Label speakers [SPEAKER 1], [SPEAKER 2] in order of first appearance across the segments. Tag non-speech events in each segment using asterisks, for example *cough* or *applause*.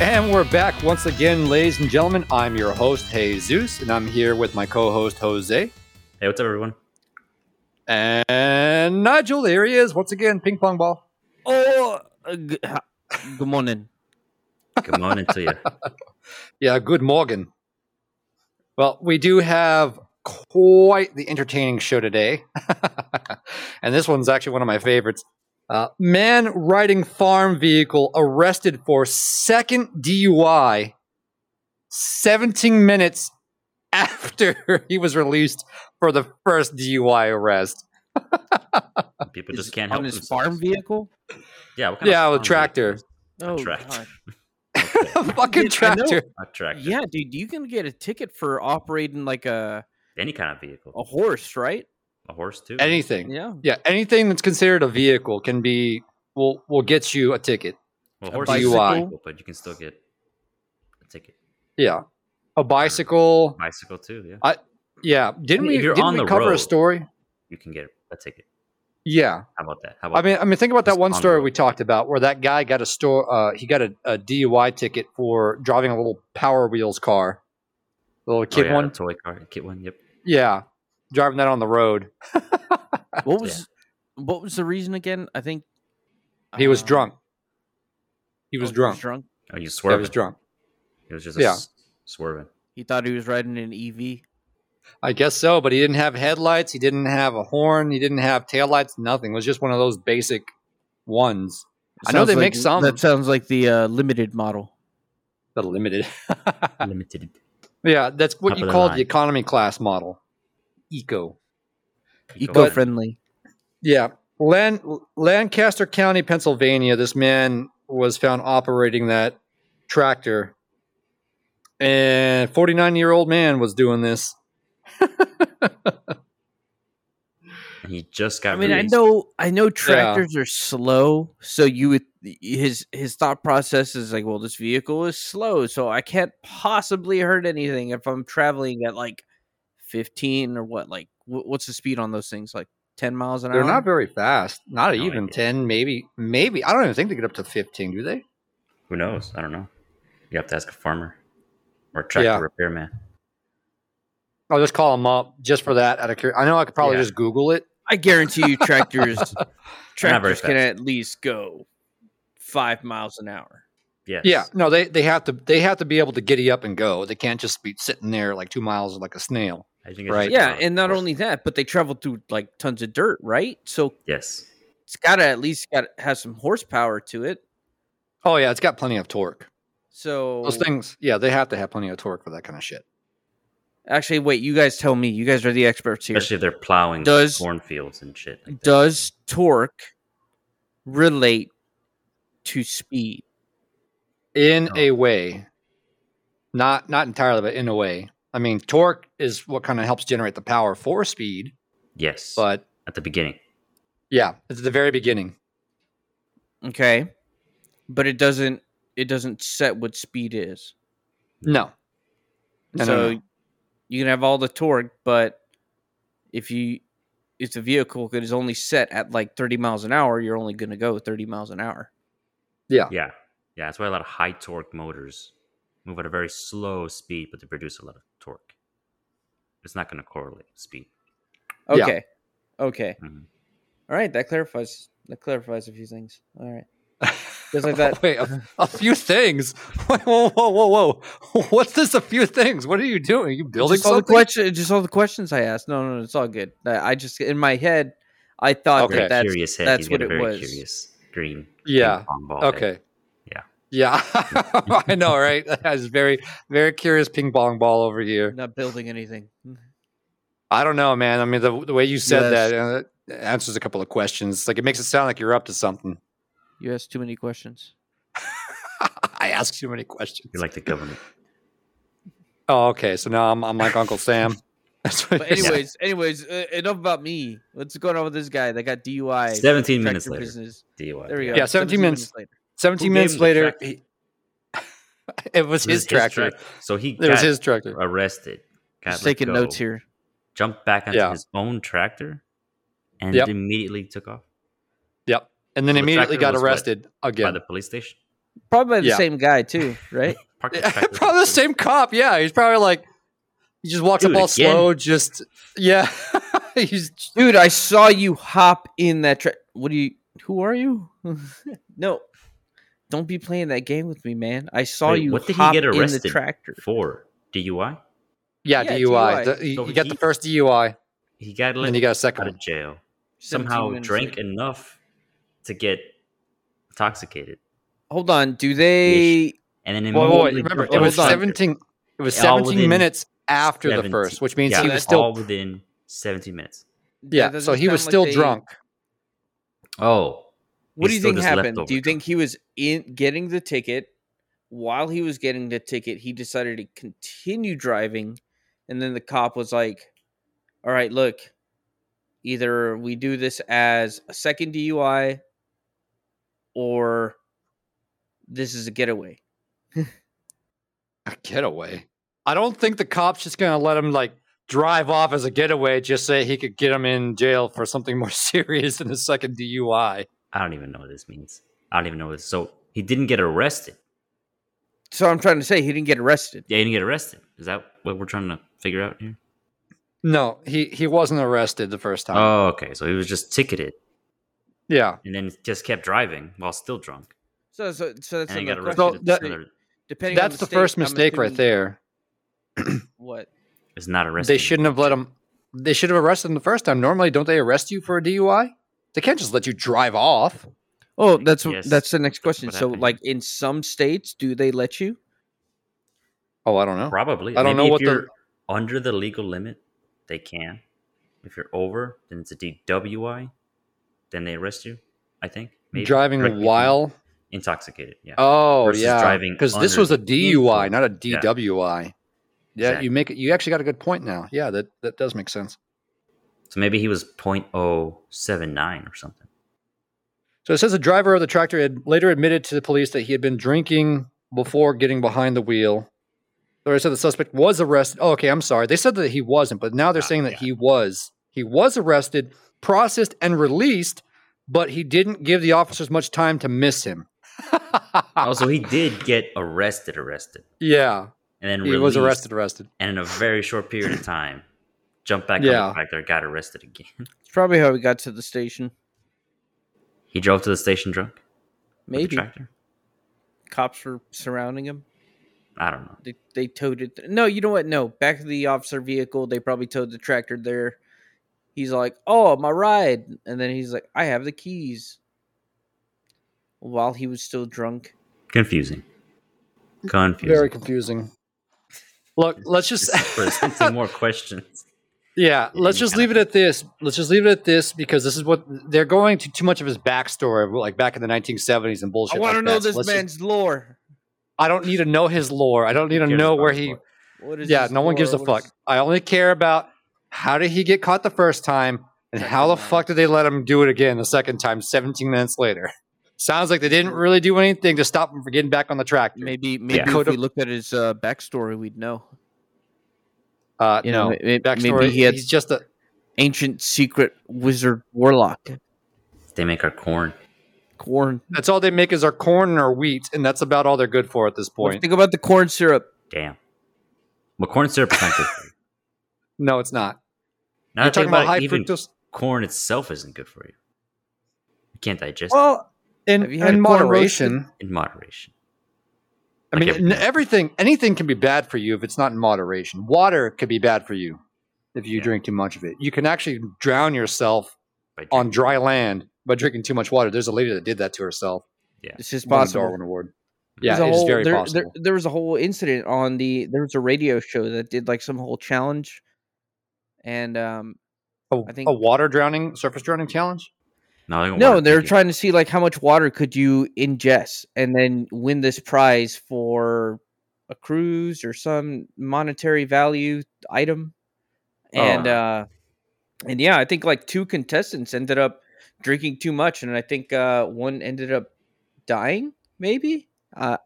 [SPEAKER 1] And we're back once again, ladies and gentlemen. I'm your host, Jesus, and I'm here with my co host, Jose.
[SPEAKER 2] Hey, what's
[SPEAKER 1] *laughs*
[SPEAKER 2] up, everyone?
[SPEAKER 1] And Nigel, there he is once again, ping pong ball.
[SPEAKER 3] Oh, uh,
[SPEAKER 2] *laughs*
[SPEAKER 3] g- ha- good morning.
[SPEAKER 2] Good morning to you.
[SPEAKER 1] Yeah, good Morgan. Well, we do have quite the entertaining show today. *laughs* and this one's actually one of my favorites. Uh, man riding farm vehicle arrested for second DUI 17 minutes *laughs* after he was released for the first DUI arrest.
[SPEAKER 2] People just can't help
[SPEAKER 3] on his
[SPEAKER 2] themselves.
[SPEAKER 3] farm vehicle.
[SPEAKER 2] Yeah, what kind
[SPEAKER 1] Yeah,
[SPEAKER 2] of
[SPEAKER 1] with
[SPEAKER 2] farm
[SPEAKER 3] *laughs*
[SPEAKER 1] tractor.
[SPEAKER 2] vehicle?
[SPEAKER 3] Oh,
[SPEAKER 2] tractor.
[SPEAKER 1] A fucking
[SPEAKER 3] Yeah, I know.
[SPEAKER 1] tractor.
[SPEAKER 2] A
[SPEAKER 3] God.
[SPEAKER 2] tractor.
[SPEAKER 3] yeah, dude, you can get a ticket for operating like a
[SPEAKER 2] Any kind of vehicle.
[SPEAKER 3] a horse, right?
[SPEAKER 2] A horse too.
[SPEAKER 1] Anything.
[SPEAKER 3] Yeah,
[SPEAKER 1] Yeah, anything that's considered a vehicle can be will will get you a ticket.
[SPEAKER 2] Well,
[SPEAKER 3] A
[SPEAKER 2] horse is a
[SPEAKER 1] DUI.
[SPEAKER 2] vehicle, but you can still get a ticket.
[SPEAKER 1] Yeah, a bicycle.
[SPEAKER 2] Bicycle too. Yeah,
[SPEAKER 1] I- Yeah, didn't
[SPEAKER 2] mean,
[SPEAKER 1] we?
[SPEAKER 2] if you're
[SPEAKER 1] didn't
[SPEAKER 2] on
[SPEAKER 1] we
[SPEAKER 2] the
[SPEAKER 1] cover a
[SPEAKER 2] road.
[SPEAKER 1] story?
[SPEAKER 2] you can get a ticket.
[SPEAKER 1] Yeah,
[SPEAKER 2] How about that? How about
[SPEAKER 1] I mean, I mean, think about that
[SPEAKER 2] Just
[SPEAKER 1] one
[SPEAKER 2] on the
[SPEAKER 1] story
[SPEAKER 2] road.
[SPEAKER 1] we talked about where that guy got a store. Uh, he got a, a DUI ticket for driving a little Power Wheels car, the little
[SPEAKER 2] that?
[SPEAKER 1] kid
[SPEAKER 2] oh, yeah,
[SPEAKER 1] one.
[SPEAKER 2] a toy car, kid one. Yep.
[SPEAKER 1] Yeah, driving that on the road.
[SPEAKER 3] What was what was the reason again? I think
[SPEAKER 1] He was
[SPEAKER 3] uh,
[SPEAKER 1] drunk. He
[SPEAKER 3] oh,
[SPEAKER 1] was drunk.
[SPEAKER 3] drunk.
[SPEAKER 2] Uh-huh. Oh, you
[SPEAKER 1] Yeah, He
[SPEAKER 2] swerving.
[SPEAKER 1] was drunk.
[SPEAKER 2] It was just a
[SPEAKER 1] Yeah.
[SPEAKER 2] s- swerving.
[SPEAKER 3] He thought he was riding an E EV.
[SPEAKER 1] I guess so, but he didn't have headlights. He didn't have a horn. He didn't have taillights. Nothing. It was just one of those basic ones. I know
[SPEAKER 3] Sounds
[SPEAKER 1] they
[SPEAKER 3] like-
[SPEAKER 1] make some.
[SPEAKER 3] That sounds like the uh, limited model.
[SPEAKER 1] The limited. *laughs* Ah,
[SPEAKER 2] Limited.
[SPEAKER 1] yeah, that's what
[SPEAKER 2] Top
[SPEAKER 1] you
[SPEAKER 2] of the
[SPEAKER 1] call the
[SPEAKER 2] line.
[SPEAKER 1] economy class model. Eco.
[SPEAKER 3] Eco friendly.
[SPEAKER 1] Yeah. Lan- Lancaster County, Pennsylvania, this man was found operating that tractor. And 49 year old man was doing this.
[SPEAKER 2] And he just got.
[SPEAKER 3] I mean, I
[SPEAKER 2] released.
[SPEAKER 3] know, I know tractors are slow, so you would his his thought process is like, well, this vehicle is slow, so I can't possibly hurt anything if I'm traveling at like 15 or what? Like, wh- what's the speed on those things? Like 10 miles an
[SPEAKER 1] They're
[SPEAKER 3] hour?
[SPEAKER 1] not very fast. Not
[SPEAKER 2] No
[SPEAKER 1] even
[SPEAKER 2] idea.
[SPEAKER 1] 10, maybe. Maybe. I don't even think they get up to 15, do they?
[SPEAKER 2] Who knows? I don't know. You have to ask a farmer or a tractor
[SPEAKER 1] Yeah.
[SPEAKER 2] repairman.
[SPEAKER 1] I'll just call them up just for that. Out of cur- I know I could probably
[SPEAKER 2] Yeah.
[SPEAKER 1] just Google it.
[SPEAKER 3] I guarantee
[SPEAKER 1] *laughs*
[SPEAKER 3] you, tractors tractors can
[SPEAKER 2] fast.
[SPEAKER 3] at least go five miles an hour.
[SPEAKER 2] Yes.
[SPEAKER 1] Yeah, no, they they have to they have to be able to giddy up and go. They can't just be sitting there like two miles like a snail.
[SPEAKER 2] I think it's
[SPEAKER 1] Right.
[SPEAKER 2] just
[SPEAKER 3] Yeah,
[SPEAKER 2] about
[SPEAKER 3] and not
[SPEAKER 2] horse-
[SPEAKER 3] only that, but they travel through like tons of dirt, right? So
[SPEAKER 2] Yes.
[SPEAKER 3] it's got to at least got have some horsepower to it.
[SPEAKER 1] Oh yeah, it's got plenty of torque.
[SPEAKER 3] So
[SPEAKER 1] Those things, yeah, they have to have plenty of torque for that kind of shit.
[SPEAKER 3] Actually, wait. You guys tell me. You guys are the experts here.
[SPEAKER 2] Especially if they're plowing
[SPEAKER 3] Does-
[SPEAKER 2] cornfields and shit. Like that.
[SPEAKER 3] Does torque relate to speed?
[SPEAKER 1] In
[SPEAKER 2] No.
[SPEAKER 1] a way, not not entirely, but in a way. I mean, torque is what kind of helps generate the power for speed,
[SPEAKER 2] Yes.
[SPEAKER 1] but
[SPEAKER 2] at the beginning.
[SPEAKER 1] yeah, it's at the very beginning.
[SPEAKER 3] Okay, but it doesn't. It doesn't set what speed is.
[SPEAKER 1] No, no,
[SPEAKER 3] so
[SPEAKER 1] no, no.
[SPEAKER 3] you can have all the torque, but if you if the vehicle that is only set at like 30 miles an hour, you're only going to go 30 miles an hour.
[SPEAKER 2] Yeah. Yeah. That's why a lot of high torque motors move at a very slow speed, but they produce a lot of torque. It's not going to correlate with speed.
[SPEAKER 1] Yeah. Mm-hmm.
[SPEAKER 3] Okay. Okay.
[SPEAKER 2] Mhm.
[SPEAKER 3] All right. That clarifies. That clarifies a few things. All right. Just like
[SPEAKER 1] *laughs*
[SPEAKER 3] that.
[SPEAKER 1] Wait, a, a few things. *laughs* Whoa, whoa, whoa, whoa! What's this? A few things? What are you doing? You building
[SPEAKER 3] just all the
[SPEAKER 1] something?
[SPEAKER 3] question, just all the questions I asked. No, no, no, it's all good. I, I just in my head, I thought
[SPEAKER 1] Okay.
[SPEAKER 3] that that's
[SPEAKER 2] curious head.
[SPEAKER 3] that's
[SPEAKER 2] He's
[SPEAKER 3] what
[SPEAKER 2] got a
[SPEAKER 3] it
[SPEAKER 2] very
[SPEAKER 3] was.
[SPEAKER 2] curious green.
[SPEAKER 1] Yeah.
[SPEAKER 2] ping pong ball head.
[SPEAKER 1] Okay.
[SPEAKER 2] Yeah.
[SPEAKER 1] Yeah. *laughs* I know, right? *laughs* That's very, very curious ping pong ball over here.
[SPEAKER 3] not building anything. Mm-hmm.
[SPEAKER 1] I don't know, man. I mean, the, the way you said
[SPEAKER 3] Yes.
[SPEAKER 1] that uh, it answers a couple of questions. Like, it makes it sound like you're up to something. *laughs*
[SPEAKER 3] You asked too
[SPEAKER 2] *laughs*
[SPEAKER 3] many questions.
[SPEAKER 1] I ask too many questions.
[SPEAKER 2] You're like the governor.
[SPEAKER 1] oh, okay. So now I'm, I'm like Uncle
[SPEAKER 2] *laughs*
[SPEAKER 1] Sam. *laughs* That's what
[SPEAKER 3] But
[SPEAKER 1] you're saying.
[SPEAKER 3] anyways, anyways, uh, enough about me. What's going on with this guy that got DUI?
[SPEAKER 2] 17 minutes
[SPEAKER 3] tractor
[SPEAKER 2] later.
[SPEAKER 3] Business.
[SPEAKER 2] DUI.
[SPEAKER 3] There we go.
[SPEAKER 1] Yeah, 17 minutes.
[SPEAKER 3] later.
[SPEAKER 1] 17
[SPEAKER 2] gave
[SPEAKER 1] minutes
[SPEAKER 2] him the
[SPEAKER 1] later,
[SPEAKER 2] tractor?
[SPEAKER 1] he, *laughs* it was
[SPEAKER 2] It was
[SPEAKER 1] his, tractor.
[SPEAKER 2] So he
[SPEAKER 1] It was
[SPEAKER 2] got
[SPEAKER 1] his tractor.
[SPEAKER 2] arrested. Got
[SPEAKER 3] Just
[SPEAKER 2] let
[SPEAKER 3] taking
[SPEAKER 2] go,
[SPEAKER 3] notes here.
[SPEAKER 2] Jumped back onto
[SPEAKER 1] Yeah.
[SPEAKER 2] his own tractor and
[SPEAKER 1] Yep.
[SPEAKER 2] immediately took off
[SPEAKER 1] Yep. And then
[SPEAKER 2] So the
[SPEAKER 1] immediately
[SPEAKER 2] tractor
[SPEAKER 1] got
[SPEAKER 2] was what?
[SPEAKER 1] arrested
[SPEAKER 2] by
[SPEAKER 1] again.
[SPEAKER 2] the police station.
[SPEAKER 3] Probably by the
[SPEAKER 1] Yeah.
[SPEAKER 3] same
[SPEAKER 2] *laughs*
[SPEAKER 3] guy too, right?
[SPEAKER 2] Park
[SPEAKER 1] *laughs*
[SPEAKER 3] *laughs*
[SPEAKER 1] Yeah,
[SPEAKER 2] inspector.
[SPEAKER 1] probably the same cop. Yeah, he's probably like he just walks
[SPEAKER 2] Do
[SPEAKER 1] up
[SPEAKER 2] it
[SPEAKER 1] all
[SPEAKER 2] again.
[SPEAKER 1] slow. Just yeah, *laughs* he's
[SPEAKER 3] Dude, I saw you hop in that tra- What do you who are you? *laughs* no. Don't be playing that game with me, man. I saw
[SPEAKER 2] Wait,
[SPEAKER 3] you
[SPEAKER 2] what did he
[SPEAKER 3] hop
[SPEAKER 2] get
[SPEAKER 3] in the
[SPEAKER 2] arrested
[SPEAKER 3] tractor.
[SPEAKER 2] for DUI.
[SPEAKER 1] yeah,
[SPEAKER 3] Yeah,
[SPEAKER 1] DUI.
[SPEAKER 3] DUI.
[SPEAKER 1] The- you
[SPEAKER 2] So
[SPEAKER 1] you get the
[SPEAKER 2] he-
[SPEAKER 1] first DUI,
[SPEAKER 2] He got
[SPEAKER 1] and
[SPEAKER 2] let
[SPEAKER 1] then you got a
[SPEAKER 2] out
[SPEAKER 1] second one.
[SPEAKER 2] of jail.
[SPEAKER 3] 17
[SPEAKER 2] Somehow
[SPEAKER 3] minutes
[SPEAKER 2] drank
[SPEAKER 3] later.
[SPEAKER 2] enough to get intoxicated,
[SPEAKER 3] Hold on, do they
[SPEAKER 2] and then
[SPEAKER 1] Well,
[SPEAKER 2] immediately
[SPEAKER 1] remember
[SPEAKER 2] jumped
[SPEAKER 1] it
[SPEAKER 2] on
[SPEAKER 1] was
[SPEAKER 2] the tractor.
[SPEAKER 1] seventeen. It was
[SPEAKER 2] All
[SPEAKER 1] seventeen
[SPEAKER 2] within
[SPEAKER 1] minutes after the
[SPEAKER 2] 17.
[SPEAKER 1] first, which means
[SPEAKER 2] Yeah,
[SPEAKER 1] he
[SPEAKER 3] that's
[SPEAKER 1] was still
[SPEAKER 2] all within 17 minutes.
[SPEAKER 3] that
[SPEAKER 1] yeah. So
[SPEAKER 3] doesn't
[SPEAKER 1] he was
[SPEAKER 3] sound like
[SPEAKER 1] still
[SPEAKER 3] they-
[SPEAKER 1] drunk.
[SPEAKER 2] Oh,
[SPEAKER 3] What do
[SPEAKER 2] He's
[SPEAKER 3] you
[SPEAKER 2] still
[SPEAKER 3] think
[SPEAKER 2] just
[SPEAKER 3] happened?
[SPEAKER 2] leftover.
[SPEAKER 3] Do you think he was in getting the ticket? While he was getting the ticket, he decided to continue driving, and then the cop was like, "All right, look, either we do this as a second DUI, or this is a getaway."
[SPEAKER 1] A getaway. I don't think the cops just gonna let him like drive off as a getaway. Just say he could get him in jail for something more *laughs* serious than a second DUI.
[SPEAKER 2] I don't even know what this means. I don't even know what this. So he didn't get arrested.
[SPEAKER 3] So I'm trying to say he didn't get arrested.
[SPEAKER 2] Yeah, he didn't get arrested. Is that what we're trying to figure out here?
[SPEAKER 1] No, he he wasn't arrested the first time.
[SPEAKER 2] Oh, okay. So he was just ticketed
[SPEAKER 1] yeah.
[SPEAKER 2] and then just kept driving while still drunk.
[SPEAKER 3] So, so, so that's
[SPEAKER 2] and he got
[SPEAKER 3] another
[SPEAKER 2] arrested.
[SPEAKER 1] So
[SPEAKER 3] question.
[SPEAKER 2] It's
[SPEAKER 1] that-
[SPEAKER 2] another-
[SPEAKER 3] Depending on
[SPEAKER 1] That's the first
[SPEAKER 3] state, I'm
[SPEAKER 1] mistake right
[SPEAKER 3] assuming-
[SPEAKER 1] there.
[SPEAKER 3] What?
[SPEAKER 2] it's not arrested.
[SPEAKER 1] They shouldn't have let him. They should have arrested him the first time. Normally, don't they arrest you for a DUI? They can't just let you drive off.
[SPEAKER 3] Oh, that's
[SPEAKER 2] Yes,
[SPEAKER 3] that's the next question.
[SPEAKER 2] what
[SPEAKER 3] So,
[SPEAKER 2] happened.
[SPEAKER 3] like in some states, do they let you?
[SPEAKER 1] Oh, I don't know.
[SPEAKER 2] Probably.
[SPEAKER 1] I don't know
[SPEAKER 2] if
[SPEAKER 1] what the-
[SPEAKER 2] you're under the legal limit, they can. If you're over, then it's a DWI. Then they arrest you. I think maybe. Correct
[SPEAKER 1] Driving
[SPEAKER 2] me if I'm
[SPEAKER 1] while.
[SPEAKER 2] intoxicated. Yeah.
[SPEAKER 1] Oh,
[SPEAKER 2] Versus
[SPEAKER 1] yeah.
[SPEAKER 2] driving
[SPEAKER 1] because this
[SPEAKER 2] under
[SPEAKER 1] was a
[SPEAKER 2] the
[SPEAKER 1] DUI, not a
[SPEAKER 2] Yeah.
[SPEAKER 1] DWI. Yeah,
[SPEAKER 2] Exactly.
[SPEAKER 1] you make it. You actually got a good point now. Yeah, that that does make sense.
[SPEAKER 2] So maybe he was 0.079
[SPEAKER 1] *laughs*
[SPEAKER 2] or something.
[SPEAKER 1] So it says the driver of the tractor had later admitted to the police that he had been drinking before getting behind the wheel. Or it said the suspect was arrested. Oh, okay, I'm sorry. They said that he wasn't, but now they're
[SPEAKER 2] Ah,
[SPEAKER 1] saying that
[SPEAKER 2] yeah.
[SPEAKER 1] he was. He was arrested, processed, and released, but he didn't give the officers much time to miss him.
[SPEAKER 2] Also, Oh, he did get arrested, arrested,
[SPEAKER 1] yeah,
[SPEAKER 2] and then
[SPEAKER 1] he
[SPEAKER 2] released,
[SPEAKER 1] was arrested. Arrested.
[SPEAKER 2] and in a very short period of time, jumped back on
[SPEAKER 1] Yeah.
[SPEAKER 2] the tractor, got arrested again. *laughs*
[SPEAKER 3] It's probably how we got to the station.
[SPEAKER 2] He drove to the station drunk. with the
[SPEAKER 3] Maybe
[SPEAKER 2] tractor.
[SPEAKER 3] cops were surrounding him.
[SPEAKER 2] I don't know.
[SPEAKER 3] They they towed it. No, you know what? No, back of the officer vehicle. They probably towed the tractor there. He's like, "Oh, my ride," and then he's like, "I have the keys." While he was still drunk,
[SPEAKER 2] Confusing.
[SPEAKER 1] *laughs*
[SPEAKER 2] Confusing.
[SPEAKER 1] Very confusing. Look, let's just
[SPEAKER 2] Just presenting more questions.
[SPEAKER 1] *laughs* Yeah,
[SPEAKER 2] Yeah,
[SPEAKER 1] let's
[SPEAKER 2] you
[SPEAKER 1] just
[SPEAKER 2] kinda
[SPEAKER 1] leave it at this. Let's just leave it at this because this is what they're going to too much of his backstory, of, like back in the 1970s and bullshit.
[SPEAKER 3] I want to
[SPEAKER 1] like
[SPEAKER 3] know
[SPEAKER 1] that. So
[SPEAKER 3] this
[SPEAKER 1] let's just-
[SPEAKER 3] man's lore.
[SPEAKER 1] I don't need to know his lore. I don't need to
[SPEAKER 2] Cares
[SPEAKER 1] know
[SPEAKER 2] about
[SPEAKER 1] where
[SPEAKER 2] his
[SPEAKER 1] he.
[SPEAKER 2] life.
[SPEAKER 3] What is?
[SPEAKER 1] Yeah,
[SPEAKER 3] his
[SPEAKER 1] no one gives a
[SPEAKER 3] lore? What
[SPEAKER 1] fuck.
[SPEAKER 3] is-
[SPEAKER 1] I only care about how did he get caught the first time and
[SPEAKER 3] Second
[SPEAKER 1] how the
[SPEAKER 3] time.
[SPEAKER 1] fuck did they let him do it again the second time, 17 minutes later. *laughs* Sounds like they didn't really do anything to stop him from getting back on the track.
[SPEAKER 3] Maybe maybe if
[SPEAKER 1] Could've-
[SPEAKER 3] we looked at his uh, backstory, we'd know.
[SPEAKER 1] Uh,
[SPEAKER 3] You
[SPEAKER 1] no,
[SPEAKER 3] know, may- may-
[SPEAKER 1] backstory.
[SPEAKER 3] maybe he had
[SPEAKER 1] he's just a.
[SPEAKER 3] ancient secret wizard warlock
[SPEAKER 2] They make our corn.
[SPEAKER 3] corn.
[SPEAKER 1] That's all they make is our corn and our wheat, and that's about all they're good for at this
[SPEAKER 3] Let's
[SPEAKER 1] point.
[SPEAKER 3] think about the corn syrup.
[SPEAKER 2] Damn. Well, corn syrup
[SPEAKER 1] *laughs*
[SPEAKER 2] is not good for you.
[SPEAKER 1] No, it's not. You're
[SPEAKER 2] Now that I think
[SPEAKER 1] talking about
[SPEAKER 2] about it,
[SPEAKER 1] high
[SPEAKER 2] even
[SPEAKER 1] fructose.
[SPEAKER 2] corn itself isn't good for you. You can't digest
[SPEAKER 1] Well, in,
[SPEAKER 3] Have you had
[SPEAKER 1] in
[SPEAKER 3] corn
[SPEAKER 1] moderation.
[SPEAKER 2] it in moderation.
[SPEAKER 1] I mean,
[SPEAKER 2] Like
[SPEAKER 1] n- everything, anything can be bad for you if it's not in moderation. Water could be bad for you if you
[SPEAKER 2] Yeah.
[SPEAKER 1] drink too much of it. You can actually drown yourself
[SPEAKER 2] By
[SPEAKER 1] on
[SPEAKER 2] drinking.
[SPEAKER 1] dry land by drinking too much water. There's a lady that did that to herself.
[SPEAKER 3] This is
[SPEAKER 1] Won a
[SPEAKER 3] possible.
[SPEAKER 1] Darwin Award.
[SPEAKER 3] There's
[SPEAKER 1] Yeah,
[SPEAKER 3] a
[SPEAKER 1] it's
[SPEAKER 3] whole-
[SPEAKER 1] very
[SPEAKER 3] there,
[SPEAKER 1] possible.
[SPEAKER 3] There, there was a whole incident on the there was a radio show that did like some whole challenge, and um
[SPEAKER 1] A,
[SPEAKER 3] I think-
[SPEAKER 1] a water drowning, surface drowning challenge.
[SPEAKER 2] No, they don't
[SPEAKER 3] no,
[SPEAKER 2] wanna
[SPEAKER 3] they're
[SPEAKER 2] drink it.
[SPEAKER 3] trying to see like how much water could you ingest, and then win this prize for a cruise or some monetary value item, and
[SPEAKER 1] Oh.
[SPEAKER 3] uh and yeah, I think like two contestants ended up drinking too much, and I think uh one ended up dying, maybe. Uh,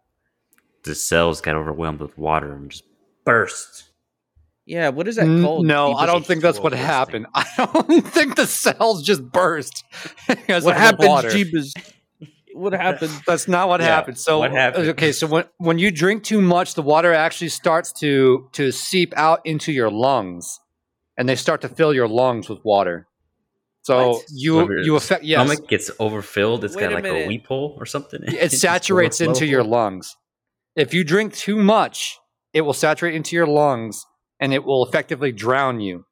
[SPEAKER 2] the cells got overwhelmed with water and just burst.
[SPEAKER 3] yeah, what is that
[SPEAKER 1] N-
[SPEAKER 3] called?
[SPEAKER 1] Mm, No, I don't
[SPEAKER 2] H2O
[SPEAKER 1] think that's what
[SPEAKER 2] bursting.
[SPEAKER 1] happened. *laughs* I don't think the cells just burst. *laughs* because
[SPEAKER 3] what
[SPEAKER 1] of the
[SPEAKER 3] happens,
[SPEAKER 1] water.
[SPEAKER 3] Jeebus?
[SPEAKER 1] *laughs*
[SPEAKER 3] what happened?
[SPEAKER 1] That's not what
[SPEAKER 2] Yeah,
[SPEAKER 1] happened. So
[SPEAKER 2] what happened?
[SPEAKER 1] okay, so when when you drink too much, the water actually starts to to seep out into your lungs, and they start to fill your lungs with water. So
[SPEAKER 3] What?
[SPEAKER 1] you
[SPEAKER 2] Whatever.
[SPEAKER 1] you affect yes,
[SPEAKER 2] Stomach gets overfilled. It's
[SPEAKER 3] Wait
[SPEAKER 2] got
[SPEAKER 3] a
[SPEAKER 2] like
[SPEAKER 3] minute.
[SPEAKER 2] a weephole or something. *laughs*
[SPEAKER 1] it saturates into your lungs. If you drink too much, it will saturate into your lungs, and it will effectively drown you.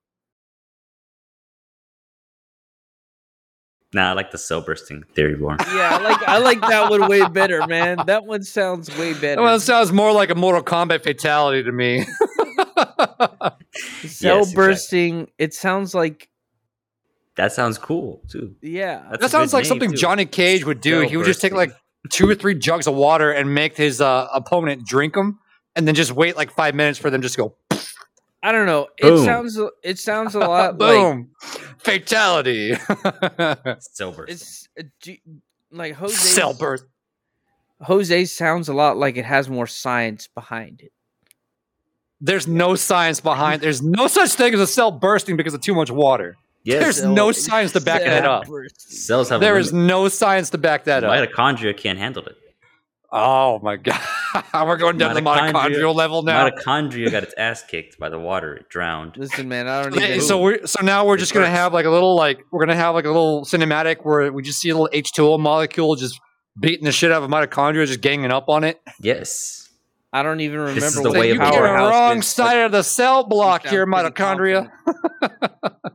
[SPEAKER 2] Nah, I like the cell bursting
[SPEAKER 1] *laughs*
[SPEAKER 2] theory more.
[SPEAKER 3] Yeah, I like I like that one way better, man. That one sounds way better.
[SPEAKER 1] Well, it sounds more like a Mortal Kombat fatality to me.
[SPEAKER 3] Cell
[SPEAKER 2] Yes, exactly.
[SPEAKER 3] bursting. It sounds like
[SPEAKER 2] that sounds cool too.
[SPEAKER 3] yeah.
[SPEAKER 2] That's a
[SPEAKER 1] that sounds
[SPEAKER 2] good
[SPEAKER 1] like
[SPEAKER 2] name,
[SPEAKER 1] something
[SPEAKER 2] too.
[SPEAKER 1] Johnny Cage would do.
[SPEAKER 2] Cell
[SPEAKER 1] he would just take like
[SPEAKER 2] bursting.
[SPEAKER 1] two or three jugs of water and make his uh, opponent drink them, and then just wait like five minutes for them just to go
[SPEAKER 3] I don't know. It
[SPEAKER 2] Boom.
[SPEAKER 3] sounds it sounds a
[SPEAKER 1] *laughs*
[SPEAKER 3] lot like
[SPEAKER 1] boom, fatality, *laughs*
[SPEAKER 2] Cell bursting.
[SPEAKER 3] it's uh, do- like Jose
[SPEAKER 1] cell burst.
[SPEAKER 3] Jose sounds a lot like it has more science behind it.
[SPEAKER 1] There's no science
[SPEAKER 2] *laughs*
[SPEAKER 1] behind. There's no such thing as a cell bursting because of too much water.
[SPEAKER 2] yes,
[SPEAKER 1] There's no science to back that up.
[SPEAKER 2] cells have.
[SPEAKER 1] There
[SPEAKER 2] a
[SPEAKER 1] is no science to back that up.
[SPEAKER 2] Mitochondria can't handle it.
[SPEAKER 1] Oh my *laughs* god, we're going down to the
[SPEAKER 2] Mitochondria-
[SPEAKER 1] mitochondrial level now.
[SPEAKER 2] Mitochondria got its ass kicked by the water. It drowned.
[SPEAKER 3] Listen, man, I don't
[SPEAKER 1] Yeah,
[SPEAKER 3] even.
[SPEAKER 1] so we're so now we're
[SPEAKER 2] It
[SPEAKER 1] just gonna
[SPEAKER 2] hurts.
[SPEAKER 1] have like a little like we're gonna have like a little cinematic where we just see a little H two O molecule just beating the shit out of a mitochondria, just ganging up on it.
[SPEAKER 2] Yes.
[SPEAKER 3] I don't even remember.
[SPEAKER 2] is the
[SPEAKER 3] what
[SPEAKER 1] It's like,
[SPEAKER 2] way
[SPEAKER 1] you
[SPEAKER 2] of
[SPEAKER 1] get
[SPEAKER 2] the
[SPEAKER 1] on the
[SPEAKER 2] powerhouse
[SPEAKER 1] wrong
[SPEAKER 3] is,
[SPEAKER 1] side of the cell block
[SPEAKER 3] sound
[SPEAKER 1] here,
[SPEAKER 3] pretty
[SPEAKER 1] mitochondria.
[SPEAKER 2] That's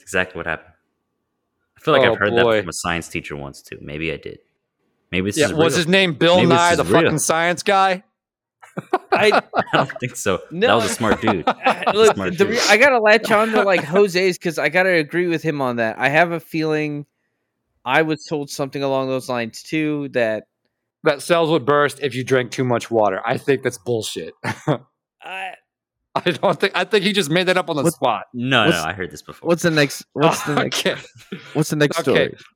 [SPEAKER 2] exactly what happened. I feel like
[SPEAKER 1] Oh,
[SPEAKER 2] I've heard
[SPEAKER 1] boy.
[SPEAKER 2] that from a science teacher once too. Maybe I did. Maybe this
[SPEAKER 1] Yeah,
[SPEAKER 2] is
[SPEAKER 1] was
[SPEAKER 2] real.
[SPEAKER 1] his name Bill
[SPEAKER 2] Maybe this
[SPEAKER 1] Nye,
[SPEAKER 2] is
[SPEAKER 1] the
[SPEAKER 2] real.
[SPEAKER 1] fucking science guy?
[SPEAKER 3] I,
[SPEAKER 2] *laughs* I don't think so.
[SPEAKER 3] No.
[SPEAKER 2] That was a smart dude.
[SPEAKER 3] I- look,
[SPEAKER 2] Smart
[SPEAKER 3] the
[SPEAKER 2] dude.
[SPEAKER 3] re- I gotta
[SPEAKER 2] *laughs*
[SPEAKER 3] latch on to like Jose's because I gotta agree with him on that. I have a feeling I was told something along those lines too. That
[SPEAKER 1] That cells would burst if you drank too much water. I think that's bullshit. *laughs*
[SPEAKER 3] I,
[SPEAKER 1] I don't think. I think he just made that up on the
[SPEAKER 4] What-
[SPEAKER 1] spot.
[SPEAKER 2] No, no,
[SPEAKER 4] What's-
[SPEAKER 2] I heard this before.
[SPEAKER 4] What's the next? What's
[SPEAKER 1] *laughs*
[SPEAKER 4] the
[SPEAKER 3] *laughs*
[SPEAKER 4] next?
[SPEAKER 1] okay.
[SPEAKER 4] What's the next
[SPEAKER 1] Okay.
[SPEAKER 4] story?
[SPEAKER 2] *laughs*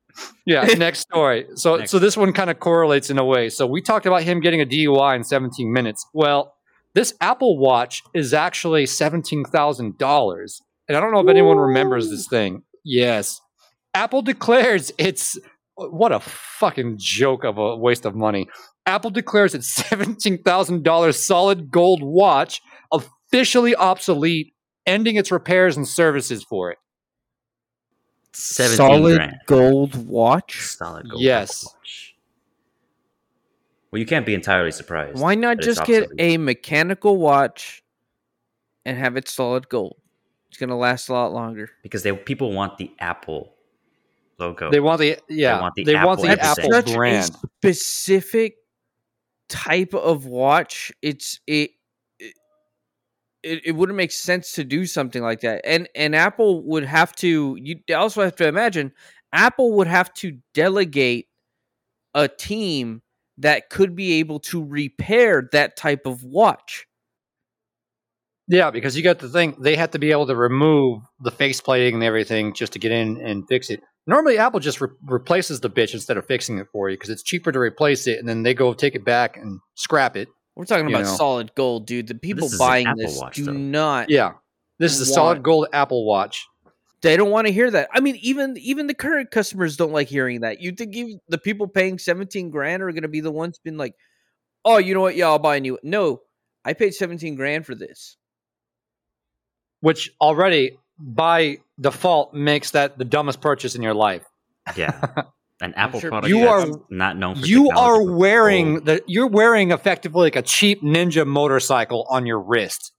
[SPEAKER 1] Yeah, next story. So
[SPEAKER 2] Next.
[SPEAKER 1] so this one kind of correlates in a way. So we talked about him getting a DUI in 17 minutes. Well, this Apple Watch is actually $17,000. And I don't know if anyone remembers this thing. Yes. Apple declares it's what a fucking joke of a waste of money. Apple declares its $17,000 solid gold watch officially obsolete, ending its repairs and services for it.
[SPEAKER 2] Seventeen
[SPEAKER 4] Solid
[SPEAKER 2] grand.
[SPEAKER 4] gold watch.
[SPEAKER 2] Solid gold.
[SPEAKER 1] Yes.
[SPEAKER 2] Apple Watch. Well, you can't be entirely surprised.
[SPEAKER 3] why not
[SPEAKER 2] But it's
[SPEAKER 3] just get
[SPEAKER 2] obsolete.
[SPEAKER 3] a mechanical watch and have it solid gold? It's gonna last a lot longer.
[SPEAKER 2] Because they people want the Apple logo.
[SPEAKER 1] They want the yeah.
[SPEAKER 2] Oh. want the
[SPEAKER 1] they want
[SPEAKER 2] Apple
[SPEAKER 1] the
[SPEAKER 2] at the
[SPEAKER 1] Apple
[SPEAKER 2] center.
[SPEAKER 3] Such a
[SPEAKER 1] brand.
[SPEAKER 3] specific type of watch it's it, it it wouldn't make sense to do something like that and and apple would have to you also have to imagine apple would have to delegate a team that could be able to repair that type of watch
[SPEAKER 1] Yeah, because you got the thing, they have to be able to remove the face plating and everything just to get in and fix it. Normally, Apple just re- replaces the bitch instead of fixing it for you because it's cheaper to replace it and then they go take it back and scrap it.
[SPEAKER 3] we're talking
[SPEAKER 1] You
[SPEAKER 3] about
[SPEAKER 1] know.
[SPEAKER 3] solid gold dude the people
[SPEAKER 2] is an
[SPEAKER 3] buying
[SPEAKER 2] Apple
[SPEAKER 3] this
[SPEAKER 2] Watch,
[SPEAKER 3] do
[SPEAKER 2] though.
[SPEAKER 3] not
[SPEAKER 1] Yeah. This is a
[SPEAKER 3] Why?
[SPEAKER 1] solid gold Apple Watch.
[SPEAKER 3] they don't want to hear that. I mean, even even the current customers don't like hearing that. You think even the people paying seventeen grand are going to be the ones being like, "Oh, you know what? Yeah, I'll buy a new." one." No, I paid seventeen grand for this.
[SPEAKER 1] which already by default makes that the dumbest purchase in your life. *laughs*
[SPEAKER 2] yeah. An Apple
[SPEAKER 3] sure
[SPEAKER 2] product
[SPEAKER 1] You
[SPEAKER 2] that's
[SPEAKER 1] are-
[SPEAKER 2] not known for
[SPEAKER 1] You
[SPEAKER 2] technology,
[SPEAKER 1] are
[SPEAKER 2] but
[SPEAKER 1] wearing
[SPEAKER 2] gold.
[SPEAKER 1] the you're wearing effectively like a cheap ninja motorcycle on your wrist.